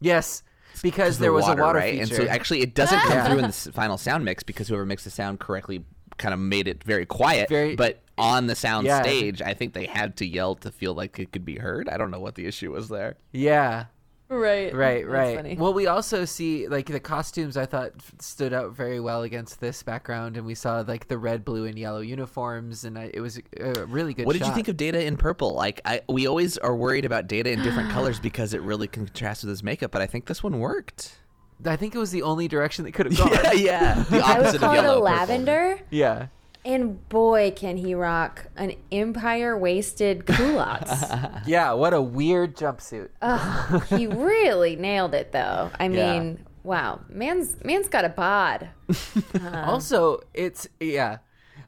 [SPEAKER 2] yes, because there was
[SPEAKER 3] water,
[SPEAKER 2] a water
[SPEAKER 3] right?
[SPEAKER 2] feature.
[SPEAKER 3] And so actually, it doesn't come through in the s- final sound mix because whoever mixed the sound correctly kind of made it very quiet.
[SPEAKER 2] Very-
[SPEAKER 3] but on the sound
[SPEAKER 2] Yeah.
[SPEAKER 3] stage, I think they had to yell to feel like it could be heard. I don't know what the issue was there.
[SPEAKER 2] yeah.
[SPEAKER 4] Right.
[SPEAKER 2] Right, right. Well, we also see like the costumes. I thought f- stood out very well against this background, and we saw like the red, blue, and yellow uniforms, and I, it was a a really good.
[SPEAKER 3] What did you
[SPEAKER 2] shot.
[SPEAKER 3] think of Data in purple? Like, I, we always are worried about Data in different colors because it really contrasts with his makeup, but I think this one worked.
[SPEAKER 2] I think it was the only direction they could have gone.
[SPEAKER 3] Yeah, yeah. The
[SPEAKER 4] I
[SPEAKER 3] opposite
[SPEAKER 4] would call
[SPEAKER 3] of
[SPEAKER 4] it
[SPEAKER 3] yellow.
[SPEAKER 4] a
[SPEAKER 3] purple.
[SPEAKER 4] lavender,
[SPEAKER 2] yeah.
[SPEAKER 4] and boy, can he rock an empire wasted culottes.
[SPEAKER 2] Yeah, What a weird jumpsuit.
[SPEAKER 4] Ugh, he really nailed it, though. I
[SPEAKER 2] Yeah.
[SPEAKER 4] mean, wow, man's man's got a bod.
[SPEAKER 2] also, it's yeah.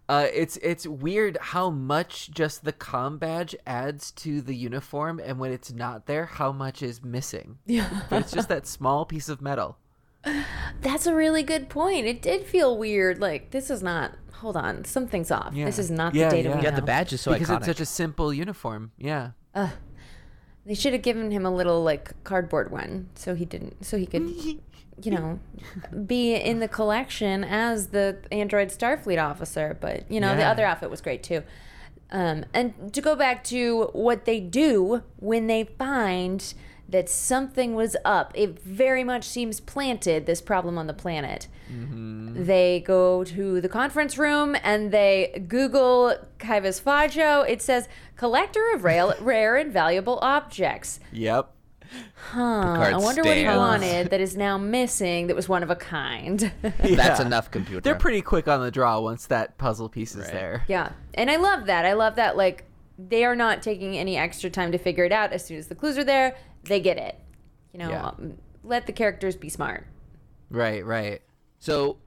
[SPEAKER 2] Uh, it's it's weird how much just the com badge adds to the uniform, and when it's not there, how much is missing. Yeah, but it's just that small piece of metal.
[SPEAKER 4] That's a really good point. It did feel weird. Like this is not. Hold on, something's off. This is not
[SPEAKER 2] Yeah,
[SPEAKER 4] the data
[SPEAKER 2] yeah.
[SPEAKER 4] we
[SPEAKER 3] Yeah, the
[SPEAKER 4] know.
[SPEAKER 3] badge is so
[SPEAKER 2] because
[SPEAKER 3] iconic.
[SPEAKER 2] it's such a simple uniform. Yeah,
[SPEAKER 4] They should have given him a little like cardboard one, so he didn't, so he could,
[SPEAKER 2] Mm.
[SPEAKER 4] you know, be in the collection as the android Starfleet officer. But you know, the
[SPEAKER 2] Yeah.
[SPEAKER 4] other outfit was great too. Um, and to go back to what they do when they find that something was up, it very much seems planted this problem on the planet. They go to the conference room and they Google Kivas Fajo. It says collector of rail, rare and valuable objects.
[SPEAKER 2] Yep.
[SPEAKER 4] Huh, I
[SPEAKER 3] Picard
[SPEAKER 4] wonder what he
[SPEAKER 3] stands.
[SPEAKER 4] wanted that is now missing that was one of a kind.
[SPEAKER 3] That's
[SPEAKER 2] Yeah.
[SPEAKER 3] enough computer.
[SPEAKER 2] They're pretty quick on the draw once that puzzle piece is
[SPEAKER 3] Right.
[SPEAKER 2] there.
[SPEAKER 4] yeah. And I love that. I love that like they are not taking any extra time to figure it out as soon as the clues are there, they get it. You know,
[SPEAKER 2] Yeah.
[SPEAKER 4] um, let the characters be smart.
[SPEAKER 2] Right, right.
[SPEAKER 3] So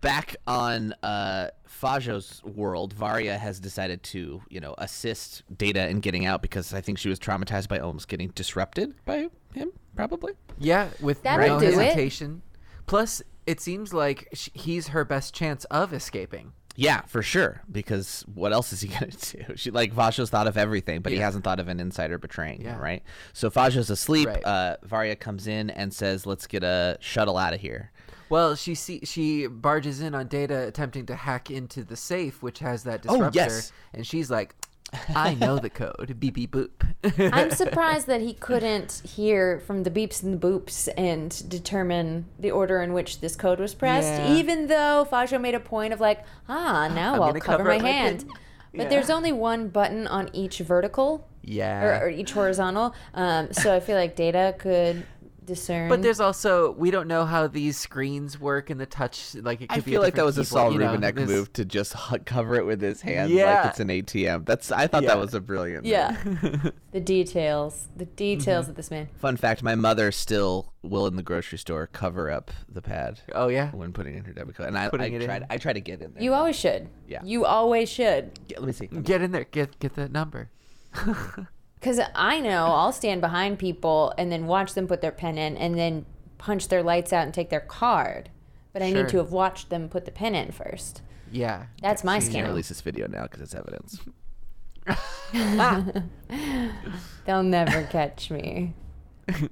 [SPEAKER 3] back on uh, Fajo's world, Varya has decided to, you know, assist Data in getting out because I think she was traumatized by Ohms getting disrupted by him, probably.
[SPEAKER 2] Yeah, with no
[SPEAKER 4] That'll do it.
[SPEAKER 2] hesitation. Plus, it seems like sh- he's her best chance of escaping.
[SPEAKER 3] Yeah, for sure. Because what else is he gonna do? She like Vajo's thought of everything, but he hasn't thought of an insider betraying him,
[SPEAKER 2] Yeah.
[SPEAKER 3] right? So Vajo's asleep.
[SPEAKER 2] Right.
[SPEAKER 3] Uh, Varya comes in and says, "Let's get a shuttle out of here."
[SPEAKER 2] Well, she see she barges in on Data attempting to hack into the safe, which has that
[SPEAKER 3] Oh,
[SPEAKER 2] disruptor,
[SPEAKER 3] yes.
[SPEAKER 2] and she's like, "I know the code, beep beep boop."
[SPEAKER 4] I'm surprised that he couldn't hear from the beeps and the boops and determine the order in which this code was pressed,
[SPEAKER 2] Yeah.
[SPEAKER 4] even though Fajo made a point of like, ah, now
[SPEAKER 2] I'm
[SPEAKER 4] I'll
[SPEAKER 2] gonna
[SPEAKER 4] cover,
[SPEAKER 2] cover
[SPEAKER 4] my
[SPEAKER 2] up my
[SPEAKER 4] hand.
[SPEAKER 2] pin.
[SPEAKER 4] But
[SPEAKER 2] Yeah.
[SPEAKER 4] there's only one button on each vertical
[SPEAKER 2] yeah,
[SPEAKER 4] or, or each horizontal, um, so I feel like Data could discern.
[SPEAKER 2] but there's also we don't know how these screens work and the touch. Like it could
[SPEAKER 3] I
[SPEAKER 2] be
[SPEAKER 3] feel like that
[SPEAKER 2] different
[SPEAKER 3] was a Saul
[SPEAKER 2] keyboard, you know,
[SPEAKER 3] Rubinek
[SPEAKER 2] this-
[SPEAKER 3] move to just h- cover it with his hands like
[SPEAKER 2] Yeah.
[SPEAKER 3] it's an ATM. That's I thought
[SPEAKER 2] Yeah.
[SPEAKER 3] that was a brilliant. move.
[SPEAKER 4] yeah, the details, the
[SPEAKER 2] Mm-hmm.
[SPEAKER 4] details of this man.
[SPEAKER 3] Fun fact: My mother still will in the grocery store cover up the pad
[SPEAKER 2] Oh yeah,
[SPEAKER 3] when putting in her debit card, and I, I
[SPEAKER 2] Putting it
[SPEAKER 3] tried.
[SPEAKER 2] in.
[SPEAKER 3] I try to get in there.
[SPEAKER 4] You always should.
[SPEAKER 3] Yeah.
[SPEAKER 4] You always should.
[SPEAKER 3] Yeah, let me see.
[SPEAKER 2] get in there, get get that number.
[SPEAKER 4] Because I know I'll stand behind people and then watch them put their pen in and then punch their lights out and take their card. But I
[SPEAKER 2] Sure.
[SPEAKER 4] need to have watched them put the pen in first.
[SPEAKER 2] Yeah,
[SPEAKER 4] That's my
[SPEAKER 3] Can't
[SPEAKER 4] scam.
[SPEAKER 3] release this video now because it's evidence.
[SPEAKER 4] They'll never catch me.
[SPEAKER 2] A-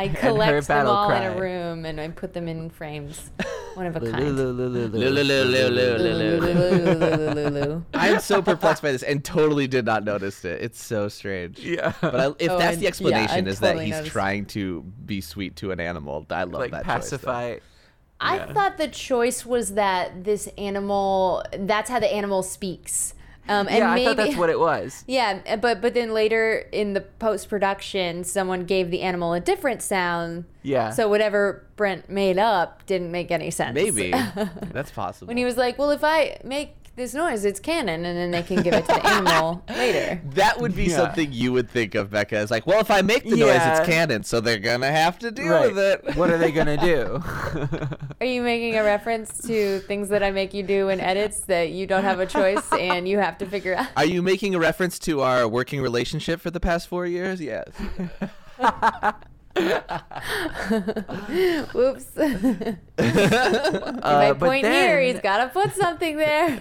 [SPEAKER 4] I
[SPEAKER 2] and her
[SPEAKER 4] collect them
[SPEAKER 2] battle
[SPEAKER 4] all in
[SPEAKER 2] cry.
[SPEAKER 4] a room and I put them in frames. One of a kind.
[SPEAKER 3] Lulululululu.
[SPEAKER 4] Lulululululu.
[SPEAKER 3] I'm so perplexed by this and totally did not notice it. It's so strange.
[SPEAKER 2] Yeah.
[SPEAKER 3] But I, if
[SPEAKER 4] Oh,
[SPEAKER 3] that's
[SPEAKER 4] I-
[SPEAKER 3] the
[SPEAKER 4] yeah, I
[SPEAKER 3] explanation, is that
[SPEAKER 4] totally
[SPEAKER 3] he's
[SPEAKER 4] noticed.
[SPEAKER 3] trying to be sweet to an animal. I love
[SPEAKER 2] like
[SPEAKER 3] that. choice, though.
[SPEAKER 2] pacify.
[SPEAKER 4] I thought the choice was that this animal, that's how the animal speaks. Um, and
[SPEAKER 2] yeah, I
[SPEAKER 4] maybe,
[SPEAKER 2] thought that's what it was.
[SPEAKER 4] Yeah, uh, but but then later in the post production, someone gave the animal a different sound.
[SPEAKER 2] Yeah.
[SPEAKER 4] So whatever Brent made up didn't make any sense.
[SPEAKER 3] Maybe that's possible.
[SPEAKER 4] When he was like, "Well, if I make this noise, it's canon," and then they can give it to the animal later.
[SPEAKER 3] that would be
[SPEAKER 2] Yeah.
[SPEAKER 3] something you would think of, Becca. As like, well, if I make the noise,
[SPEAKER 2] Yeah.
[SPEAKER 3] it's canon, so they're gonna have to deal
[SPEAKER 2] Right.
[SPEAKER 3] with it.
[SPEAKER 2] What are they gonna do?
[SPEAKER 4] Are you making a reference to things that I make you do in edits that you don't have a choice and you have to figure out?
[SPEAKER 3] Are you making a reference to our working relationship for the past four years? Yes.
[SPEAKER 4] Whoops. if I
[SPEAKER 2] Uh, but
[SPEAKER 4] point here,
[SPEAKER 2] then-
[SPEAKER 4] he's got to put something there.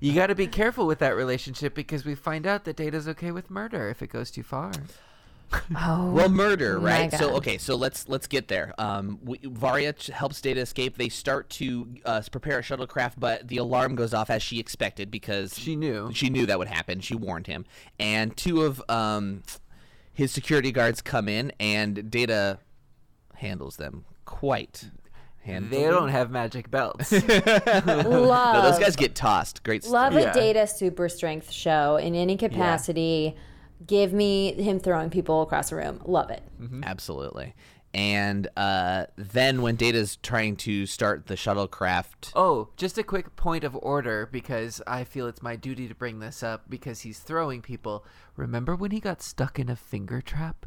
[SPEAKER 2] you got to be careful with that relationship because we find out that Data's okay with murder if it goes too far.
[SPEAKER 4] oh.
[SPEAKER 3] Well, murder,
[SPEAKER 4] my
[SPEAKER 3] right? So
[SPEAKER 4] God.
[SPEAKER 3] okay, so let's let's get there. Um, we, Varya ch- helps Data escape. They start to uh, prepare a shuttlecraft, but the alarm goes off as she expected because
[SPEAKER 2] She knew.
[SPEAKER 3] she knew that would happen. She warned him, and two of um, his security guards come in, and Data handles them quite. Handle
[SPEAKER 2] They don't have magic belts.
[SPEAKER 4] Love.
[SPEAKER 3] No, those guys get tossed. Great stuff.
[SPEAKER 4] Love
[SPEAKER 2] Yeah.
[SPEAKER 4] a data super strength show in any capacity. Give me him throwing people across the room. Love it.
[SPEAKER 3] Mm-hmm.
[SPEAKER 2] Mm-hmm.
[SPEAKER 3] Absolutely. And uh, then when Data's trying to start the shuttlecraft,
[SPEAKER 2] oh, just a quick point of order because I feel it's my duty to bring this up because he's throwing people. Remember when he got stuck in a finger trap?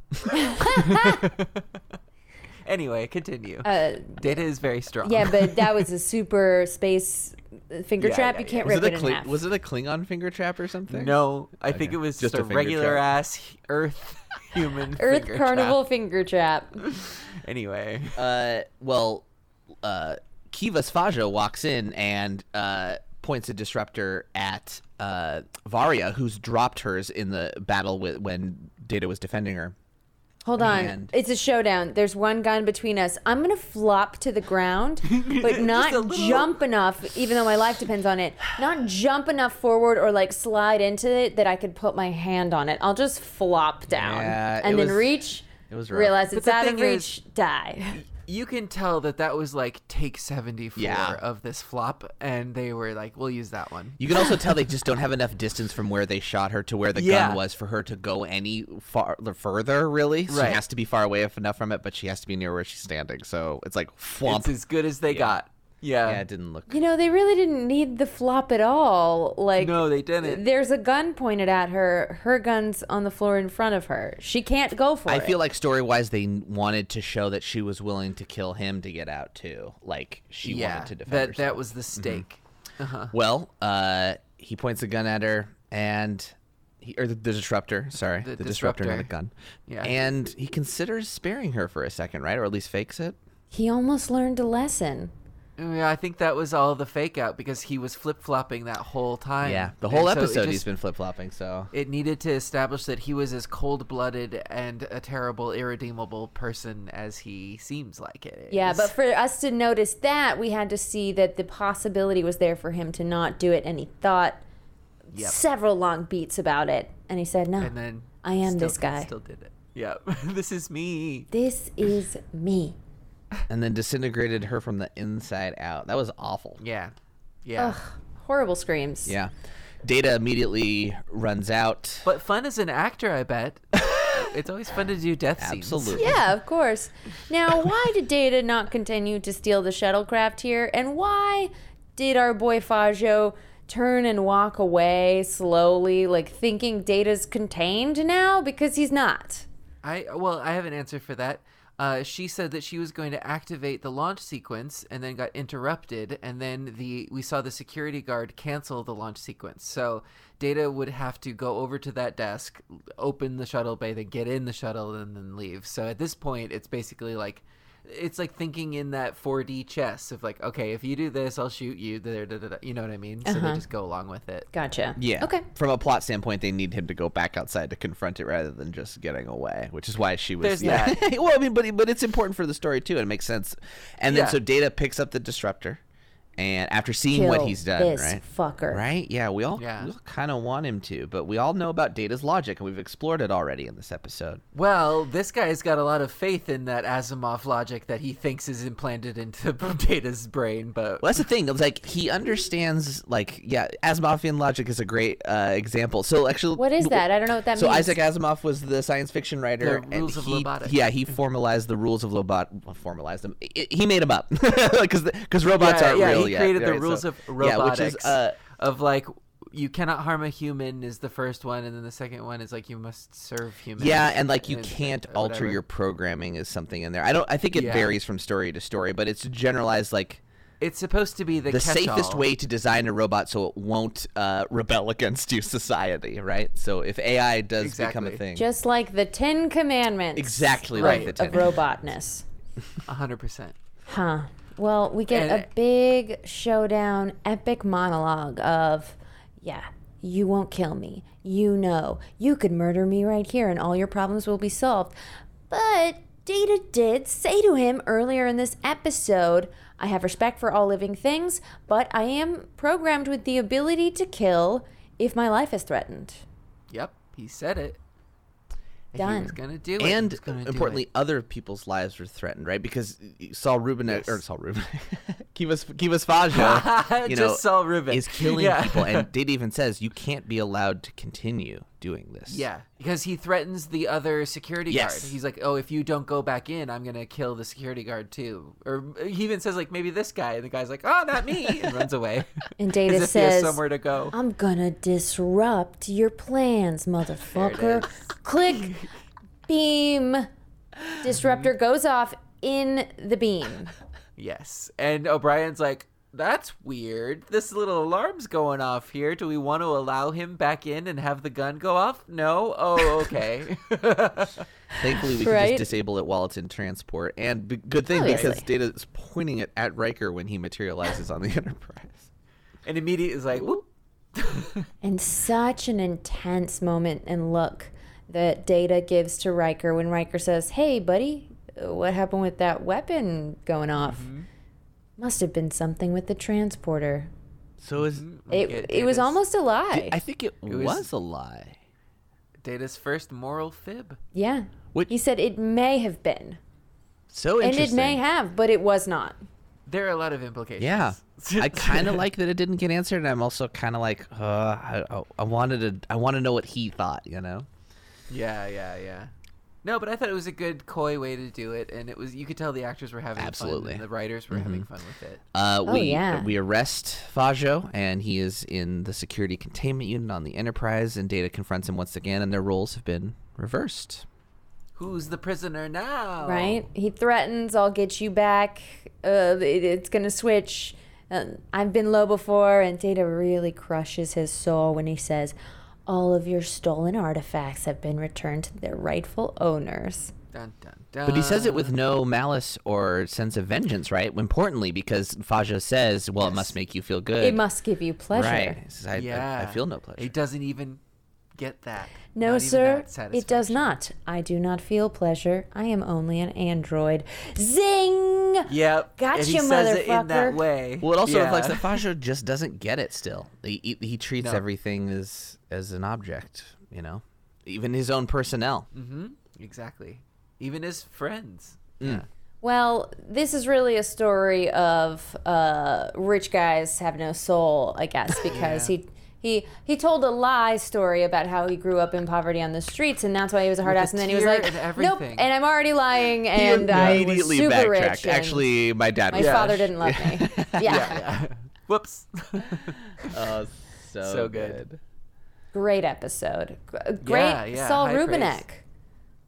[SPEAKER 2] anyway, continue.
[SPEAKER 4] Uh,
[SPEAKER 2] Data is very strong.
[SPEAKER 4] yeah, but that was a super space uh, finger
[SPEAKER 2] Yeah,
[SPEAKER 4] trap.
[SPEAKER 2] yeah,
[SPEAKER 4] you can't
[SPEAKER 3] was
[SPEAKER 4] rip
[SPEAKER 3] it,
[SPEAKER 4] it,
[SPEAKER 3] a
[SPEAKER 4] in
[SPEAKER 3] Kling-
[SPEAKER 4] half.
[SPEAKER 3] was it a Klingon finger trap or something?
[SPEAKER 2] No, I think
[SPEAKER 3] Okay.
[SPEAKER 2] it was
[SPEAKER 3] Just
[SPEAKER 2] just,
[SPEAKER 3] a
[SPEAKER 2] a,
[SPEAKER 3] finger
[SPEAKER 2] regular
[SPEAKER 3] trap.
[SPEAKER 2] ass h- Earth human.
[SPEAKER 4] Earth
[SPEAKER 2] finger
[SPEAKER 4] carnival finger trap.
[SPEAKER 2] Trap. Anyway,
[SPEAKER 3] Uh, well, uh, Kivas Faja walks in and uh, points a disruptor at uh, Varia, who's dropped hers in the battle with, when Data was defending her.
[SPEAKER 4] Hold on.
[SPEAKER 3] And-
[SPEAKER 4] It's a showdown. There's one gun between us. I'm going to flop to the ground, but not jump enough, even though my life depends on it. Not jump enough forward or like slide into it that I could put my hand on it. I'll just flop down
[SPEAKER 3] Yeah, it
[SPEAKER 4] and then
[SPEAKER 3] was-
[SPEAKER 4] reach,
[SPEAKER 3] it was rough.
[SPEAKER 4] realize
[SPEAKER 2] But
[SPEAKER 4] it's
[SPEAKER 2] the
[SPEAKER 4] out of
[SPEAKER 2] thing is-
[SPEAKER 4] reach, die.
[SPEAKER 2] You can tell that that was like take 74
[SPEAKER 3] Yeah.
[SPEAKER 2] of this flop, and they were like, we'll use that one.
[SPEAKER 3] You can also tell they just don't have enough distance from where they shot her to where the
[SPEAKER 2] Yeah.
[SPEAKER 3] gun was for her to go any far further. Really, she
[SPEAKER 2] Right.
[SPEAKER 3] has to be far away if- enough from it, but she has to be near where she's standing. So it's like
[SPEAKER 2] It's
[SPEAKER 3] flump.
[SPEAKER 2] as good as they got. Yeah.
[SPEAKER 3] yeah, it didn't look.
[SPEAKER 4] You know, they really didn't need the flop at all. Like
[SPEAKER 2] No, they didn't.
[SPEAKER 4] There's a gun pointed at her. Her gun's on the floor in front of her. She can't go for
[SPEAKER 3] I
[SPEAKER 4] it.
[SPEAKER 3] feel like story wise, they n- wanted to show that she was willing to kill him to get out too. Like she
[SPEAKER 2] yeah.
[SPEAKER 3] wanted to defend
[SPEAKER 2] That,
[SPEAKER 3] herself. Mm-hmm.
[SPEAKER 2] that was the stake.
[SPEAKER 3] Well, uh, he points a gun at her, and he, or the, the disruptor. Sorry, the, disruptor, not a
[SPEAKER 2] disruptor.
[SPEAKER 3] gun.
[SPEAKER 2] Yeah.
[SPEAKER 3] and he considers sparing her for a second, right, or at least fakes it.
[SPEAKER 4] he almost learned a lesson.
[SPEAKER 2] Mm, Yeah, I think that was all the fake out because he was flip flopping that whole time.
[SPEAKER 3] Yeah, the
[SPEAKER 2] And
[SPEAKER 3] whole
[SPEAKER 2] so it
[SPEAKER 3] episode he's
[SPEAKER 2] just-
[SPEAKER 3] been flip flopping. So
[SPEAKER 2] It needed to establish that he was as cold blooded and a terrible, irredeemable person as he seems like it.
[SPEAKER 4] Yeah,
[SPEAKER 2] is.
[SPEAKER 4] but for us to notice that, we had to see that the possibility was there for him to not do it, and he thought
[SPEAKER 2] Yep.
[SPEAKER 4] several long beats about it, and he said, "No,
[SPEAKER 2] and then
[SPEAKER 4] I am
[SPEAKER 2] still-
[SPEAKER 4] this guy.
[SPEAKER 2] Still did it. Yeah, this is me.
[SPEAKER 4] this is me."
[SPEAKER 3] and then disintegrated her from the inside out. That was awful.
[SPEAKER 2] Yeah, yeah.
[SPEAKER 4] Horrible screams.
[SPEAKER 3] Yeah. Data immediately runs out.
[SPEAKER 2] But fun as an actor, I bet. it's always fun to do death scenes.
[SPEAKER 3] Absolutely.
[SPEAKER 4] Yeah, of course. Now, why did Data not continue to steal the shuttlecraft here, and why did our boy Fajo turn and walk away slowly, like thinking Data's contained now because he's not?
[SPEAKER 2] I well, I have an answer for that. Uh, she said that she was going to activate the launch sequence and then got interrupted, and then the we saw the security guard cancel the launch sequence. So Data would have to go over to that desk, open the shuttle bay, then get in the shuttle, and then leave. So at this point, it's basically like it's like thinking in that 4D chess of like, okay, if you do this, I'll shoot you. Da, da, da, da, you know what I mean? So they just go along with it.
[SPEAKER 4] Gotcha.
[SPEAKER 3] Yeah.
[SPEAKER 4] Okay.
[SPEAKER 3] From a plot standpoint, they need him to go back outside to confront it rather than just getting away, which is why she was.
[SPEAKER 2] There's
[SPEAKER 3] yeah. well, I mean, but but it's important for the story too, and it makes sense. And then
[SPEAKER 2] Yeah.
[SPEAKER 3] so Data picks up the disruptor, and after seeing
[SPEAKER 4] Kill
[SPEAKER 3] what he's done,
[SPEAKER 4] this
[SPEAKER 3] right?
[SPEAKER 4] fucker.
[SPEAKER 3] Right? Yeah, we all,
[SPEAKER 2] Yeah.
[SPEAKER 3] we all kind of want him to, but we all know about Data's logic, and we've explored it already in this episode.
[SPEAKER 2] Well, this guy's got a lot of faith in that Asimov logic that he thinks is implanted into Data's brain, but
[SPEAKER 3] Well, that's the thing. It's like he understands, like, yeah, Asimovian logic is a great uh, example. So, actually,
[SPEAKER 4] What is that? I don't know what that
[SPEAKER 3] so
[SPEAKER 4] means.
[SPEAKER 3] Isaac Asimov was the science fiction writer.
[SPEAKER 2] The
[SPEAKER 3] and
[SPEAKER 2] rules of
[SPEAKER 3] he,
[SPEAKER 2] robotics.
[SPEAKER 3] Yeah, he formalized the rules of robot. well, Formalized them. I- he made them up because because robots
[SPEAKER 2] yeah,
[SPEAKER 3] aren't
[SPEAKER 2] yeah,
[SPEAKER 3] real
[SPEAKER 2] he
[SPEAKER 3] yet,
[SPEAKER 2] created the
[SPEAKER 3] right?
[SPEAKER 2] rules
[SPEAKER 3] So-
[SPEAKER 2] of
[SPEAKER 3] Yeah,
[SPEAKER 2] robotics
[SPEAKER 3] which is uh,
[SPEAKER 2] of like you cannot harm a human is the first one, and then the second one is like you must serve humans.
[SPEAKER 3] Yeah, and like you
[SPEAKER 2] and
[SPEAKER 3] can't
[SPEAKER 2] whatever.
[SPEAKER 3] alter your programming is something in there. I don't. I think it
[SPEAKER 2] Yeah.
[SPEAKER 3] varies from story to story, but it's generalized like
[SPEAKER 2] It's supposed to be the,
[SPEAKER 3] the safest
[SPEAKER 2] catch-all.
[SPEAKER 3] way to design a robot so it won't uh, rebel against you society, right? So if AI does become a
[SPEAKER 2] Exactly.
[SPEAKER 3] thing,
[SPEAKER 4] Just like the Ten Commandments.
[SPEAKER 3] exactly
[SPEAKER 2] Right,
[SPEAKER 3] like the
[SPEAKER 4] Of
[SPEAKER 3] Ten.
[SPEAKER 4] robotness.
[SPEAKER 2] A hundred percent.
[SPEAKER 4] Huh. Well, we get
[SPEAKER 2] And-
[SPEAKER 4] a big showdown, epic monologue of, yeah, you won't kill me. You know, you could murder me right here and all your problems will be solved. But Data did say to him earlier in this episode, I have respect for all living things, but I am programmed with the ability to kill if my life is threatened.
[SPEAKER 2] Yep, he said it. And He
[SPEAKER 4] Done.
[SPEAKER 2] was gonna do it. he
[SPEAKER 3] and
[SPEAKER 2] was gonna do it.
[SPEAKER 3] importantly, other people's lives were threatened, right? Because you saw Ruben uh, or saw Ruben, Kivas Kivas Faja, you know,
[SPEAKER 2] Just saw Ruben.
[SPEAKER 3] is killing
[SPEAKER 2] Yeah.
[SPEAKER 3] people, and Data even says you can't be allowed to continue doing this.
[SPEAKER 2] Yeah, because he threatens the other security
[SPEAKER 3] Yes.
[SPEAKER 2] guard. He's like, "Oh, if you don't go back in, I'm gonna kill the security guard too." Or he even says like, "Maybe this guy," and the guy's like, "Oh, not me," and runs away.
[SPEAKER 4] And Data
[SPEAKER 2] As if he
[SPEAKER 4] says, "Um,
[SPEAKER 2] has somewhere to go.
[SPEAKER 4] I'm gonna disrupt your plans, motherfucker. Click beam. Disruptor goes off in the beam.
[SPEAKER 2] Yes, and O'Brien's like, "That's weird. This little alarm's going off here. Do we want to allow him back in and have the gun go off? No. Oh, okay.
[SPEAKER 3] Thankfully, we can
[SPEAKER 4] Right?
[SPEAKER 3] just disable it while it's in transport, and b- good thing because
[SPEAKER 4] Obviously.
[SPEAKER 3] Data is pointing it at Riker when he materializes on the Enterprise.
[SPEAKER 2] and immediately is like, whoop.
[SPEAKER 4] And such an intense moment and look that Data gives to Riker when Riker says, Hey, buddy, what happened with that weapon going off?
[SPEAKER 3] Mm-hmm.
[SPEAKER 4] Must have been something with the transporter.
[SPEAKER 3] So is
[SPEAKER 4] It,
[SPEAKER 2] Okay,
[SPEAKER 4] it was
[SPEAKER 2] Data's-
[SPEAKER 4] almost a lie.
[SPEAKER 3] I think it, was,
[SPEAKER 2] was-
[SPEAKER 3] a lie.
[SPEAKER 2] Data's first moral fib.
[SPEAKER 4] yeah.
[SPEAKER 3] What-
[SPEAKER 4] He said it may have been.
[SPEAKER 3] So
[SPEAKER 4] And it
[SPEAKER 3] interesting.
[SPEAKER 4] may have, but it was not.
[SPEAKER 2] There are a lot of implications.
[SPEAKER 3] Yeah, I kind of like that it didn't get answered, and I'm also kind of like, uh, I, I- I wanted to, I want to know what he thought, you know.
[SPEAKER 2] Yeah, yeah, yeah. No, but I thought it was a good coy way to do it, and it was you could tell the actors were having fun,
[SPEAKER 3] Absolutely.
[SPEAKER 2] and the writers were having fun with it.
[SPEAKER 3] Uh,
[SPEAKER 4] Oh,
[SPEAKER 3] we
[SPEAKER 4] yeah.
[SPEAKER 3] we arrest Fajo, and he is in the security containment unit on the Enterprise. And Data confronts him once again, and their roles have been reversed.
[SPEAKER 2] Who's the prisoner now?
[SPEAKER 4] Right? He threatens, I'll get you back. Uh, it, it's going to switch. Um, I've been low before. And Data really crushes his soul when he says, All of your stolen artifacts have been returned to their rightful owners.
[SPEAKER 2] Dun dun dun.
[SPEAKER 3] But he says it with
[SPEAKER 4] Oh.
[SPEAKER 3] no malice or sense of vengeance, right? Importantly, because Fajo says, "Well, it must make you feel good."
[SPEAKER 4] It must give you pleasure.
[SPEAKER 3] Right. He says, I, I-
[SPEAKER 2] Yeah,
[SPEAKER 3] I, feel no pleasure.
[SPEAKER 2] He doesn't even get that.
[SPEAKER 4] No,
[SPEAKER 2] Not even
[SPEAKER 4] sir,
[SPEAKER 2] that
[SPEAKER 4] it does
[SPEAKER 2] satisfaction.
[SPEAKER 4] not. I do not feel pleasure. I am only an android. Zing!
[SPEAKER 2] Yep. and
[SPEAKER 4] Gotcha,
[SPEAKER 2] he says it in that
[SPEAKER 4] motherfucker.
[SPEAKER 2] way.
[SPEAKER 3] Well, it also
[SPEAKER 2] yeah.
[SPEAKER 3] reflects that Fajo just doesn't get it. Still, he he, he treats
[SPEAKER 2] No.
[SPEAKER 3] everything as as an object. You know, even his own personnel.
[SPEAKER 2] Exactly. Even his friends.
[SPEAKER 4] Well, this is really a story of uh, rich guys have no soul, I guess, because he he he told a lie story about how he grew up in poverty on the streets, and that's why he was a hard
[SPEAKER 2] With a
[SPEAKER 4] ass. And then he was
[SPEAKER 2] tear
[SPEAKER 4] like,
[SPEAKER 2] and
[SPEAKER 4] "Nope,"
[SPEAKER 2] everything.
[SPEAKER 4] and I'm already lying, and I was super rich. and
[SPEAKER 3] Actually, my dad
[SPEAKER 4] my
[SPEAKER 3] was
[SPEAKER 4] father didn't love me. Yeah,
[SPEAKER 2] Whoops.
[SPEAKER 3] Oh, so,
[SPEAKER 2] So good.
[SPEAKER 4] great episode. G- Great
[SPEAKER 2] yeah,
[SPEAKER 4] Saul
[SPEAKER 2] high
[SPEAKER 4] Rubinek.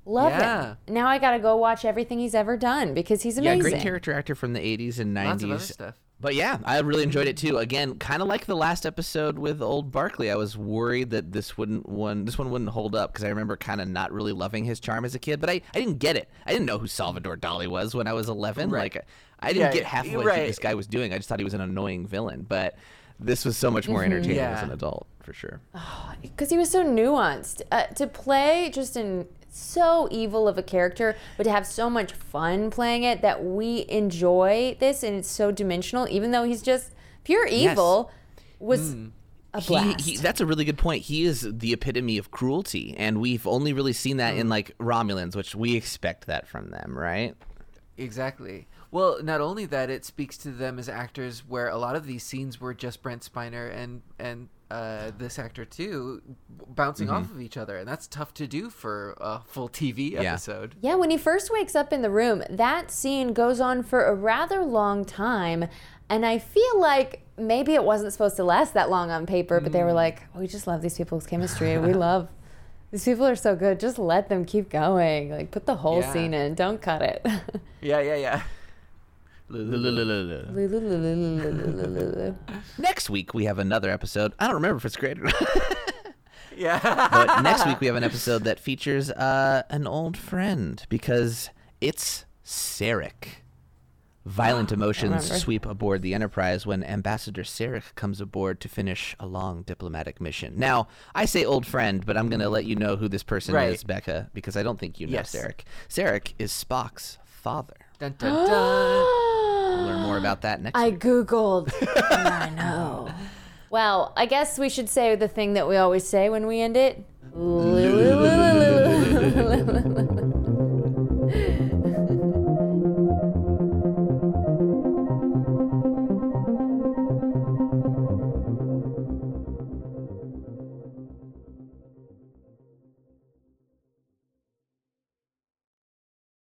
[SPEAKER 4] Love
[SPEAKER 2] Yeah.
[SPEAKER 4] him. Now I gotta go watch everything he's ever done because he's
[SPEAKER 3] Yeah,
[SPEAKER 4] amazing.
[SPEAKER 3] great character actor from the 80s and 90s.
[SPEAKER 2] Lots of other stuff.
[SPEAKER 3] But yeah, I really enjoyed it too. Again, kind of like the last episode with Old Barkley, I was worried that this wouldn't one this one wouldn't hold up because I remember kind of not really loving his charm as a kid. But I, I didn't get it. I didn't know who Salvador Dali was when I was eleven. Like I didn't
[SPEAKER 2] Yeah,
[SPEAKER 3] get half of what
[SPEAKER 2] right.
[SPEAKER 3] this guy was doing. I just thought he was an annoying villain. But this was so much more entertaining as
[SPEAKER 2] Yeah.
[SPEAKER 3] an adult for sure.
[SPEAKER 4] because he was so nuanced uh, to play just in so evil of a character but to have so much fun playing it that we enjoy this and it's so dimensional even though he's just pure evil was a
[SPEAKER 3] Mm. He,
[SPEAKER 4] blast
[SPEAKER 3] he, that's a really good point. He is the epitome of cruelty, and we've only really seen that
[SPEAKER 2] Mm.
[SPEAKER 3] in like Romulans, which we expect that from them, right?
[SPEAKER 2] Exactly. Well, not only that, it speaks to them as actors, where a lot of these scenes were just Brent Spiner and and uh, this actor too, bouncing off of each other, and that's tough to do for a full TV episode.
[SPEAKER 4] yeah when he first wakes up in the room that scene goes on for a rather long time and i feel like maybe it wasn't supposed to last that long on paper but they were like we just love these people's chemistry we love these people are so good just let them keep going like put the whole
[SPEAKER 2] Yeah.
[SPEAKER 4] scene in don't cut it
[SPEAKER 2] Yeah, yeah, yeah.
[SPEAKER 3] Next week we have another episode. I don't remember if it's great, or not,
[SPEAKER 2] Yeah.
[SPEAKER 3] but next week we have an episode that features uh, an old friend because it's Sarek. Violent emotions sweep aboard the Enterprise when Ambassador Sarek comes aboard to finish a long diplomatic mission. Now, I say old friend, but I'm going to let you know who this person
[SPEAKER 2] Right.
[SPEAKER 3] is, Becca, because I don't think you know
[SPEAKER 2] Yes.
[SPEAKER 3] Sarek. Sarek is Spock's father.
[SPEAKER 2] dun, dun, dun.
[SPEAKER 3] We'll learn more about that next
[SPEAKER 4] I
[SPEAKER 3] week.
[SPEAKER 4] googled. and I know. Well, I guess we should say the thing that we always say when we end it.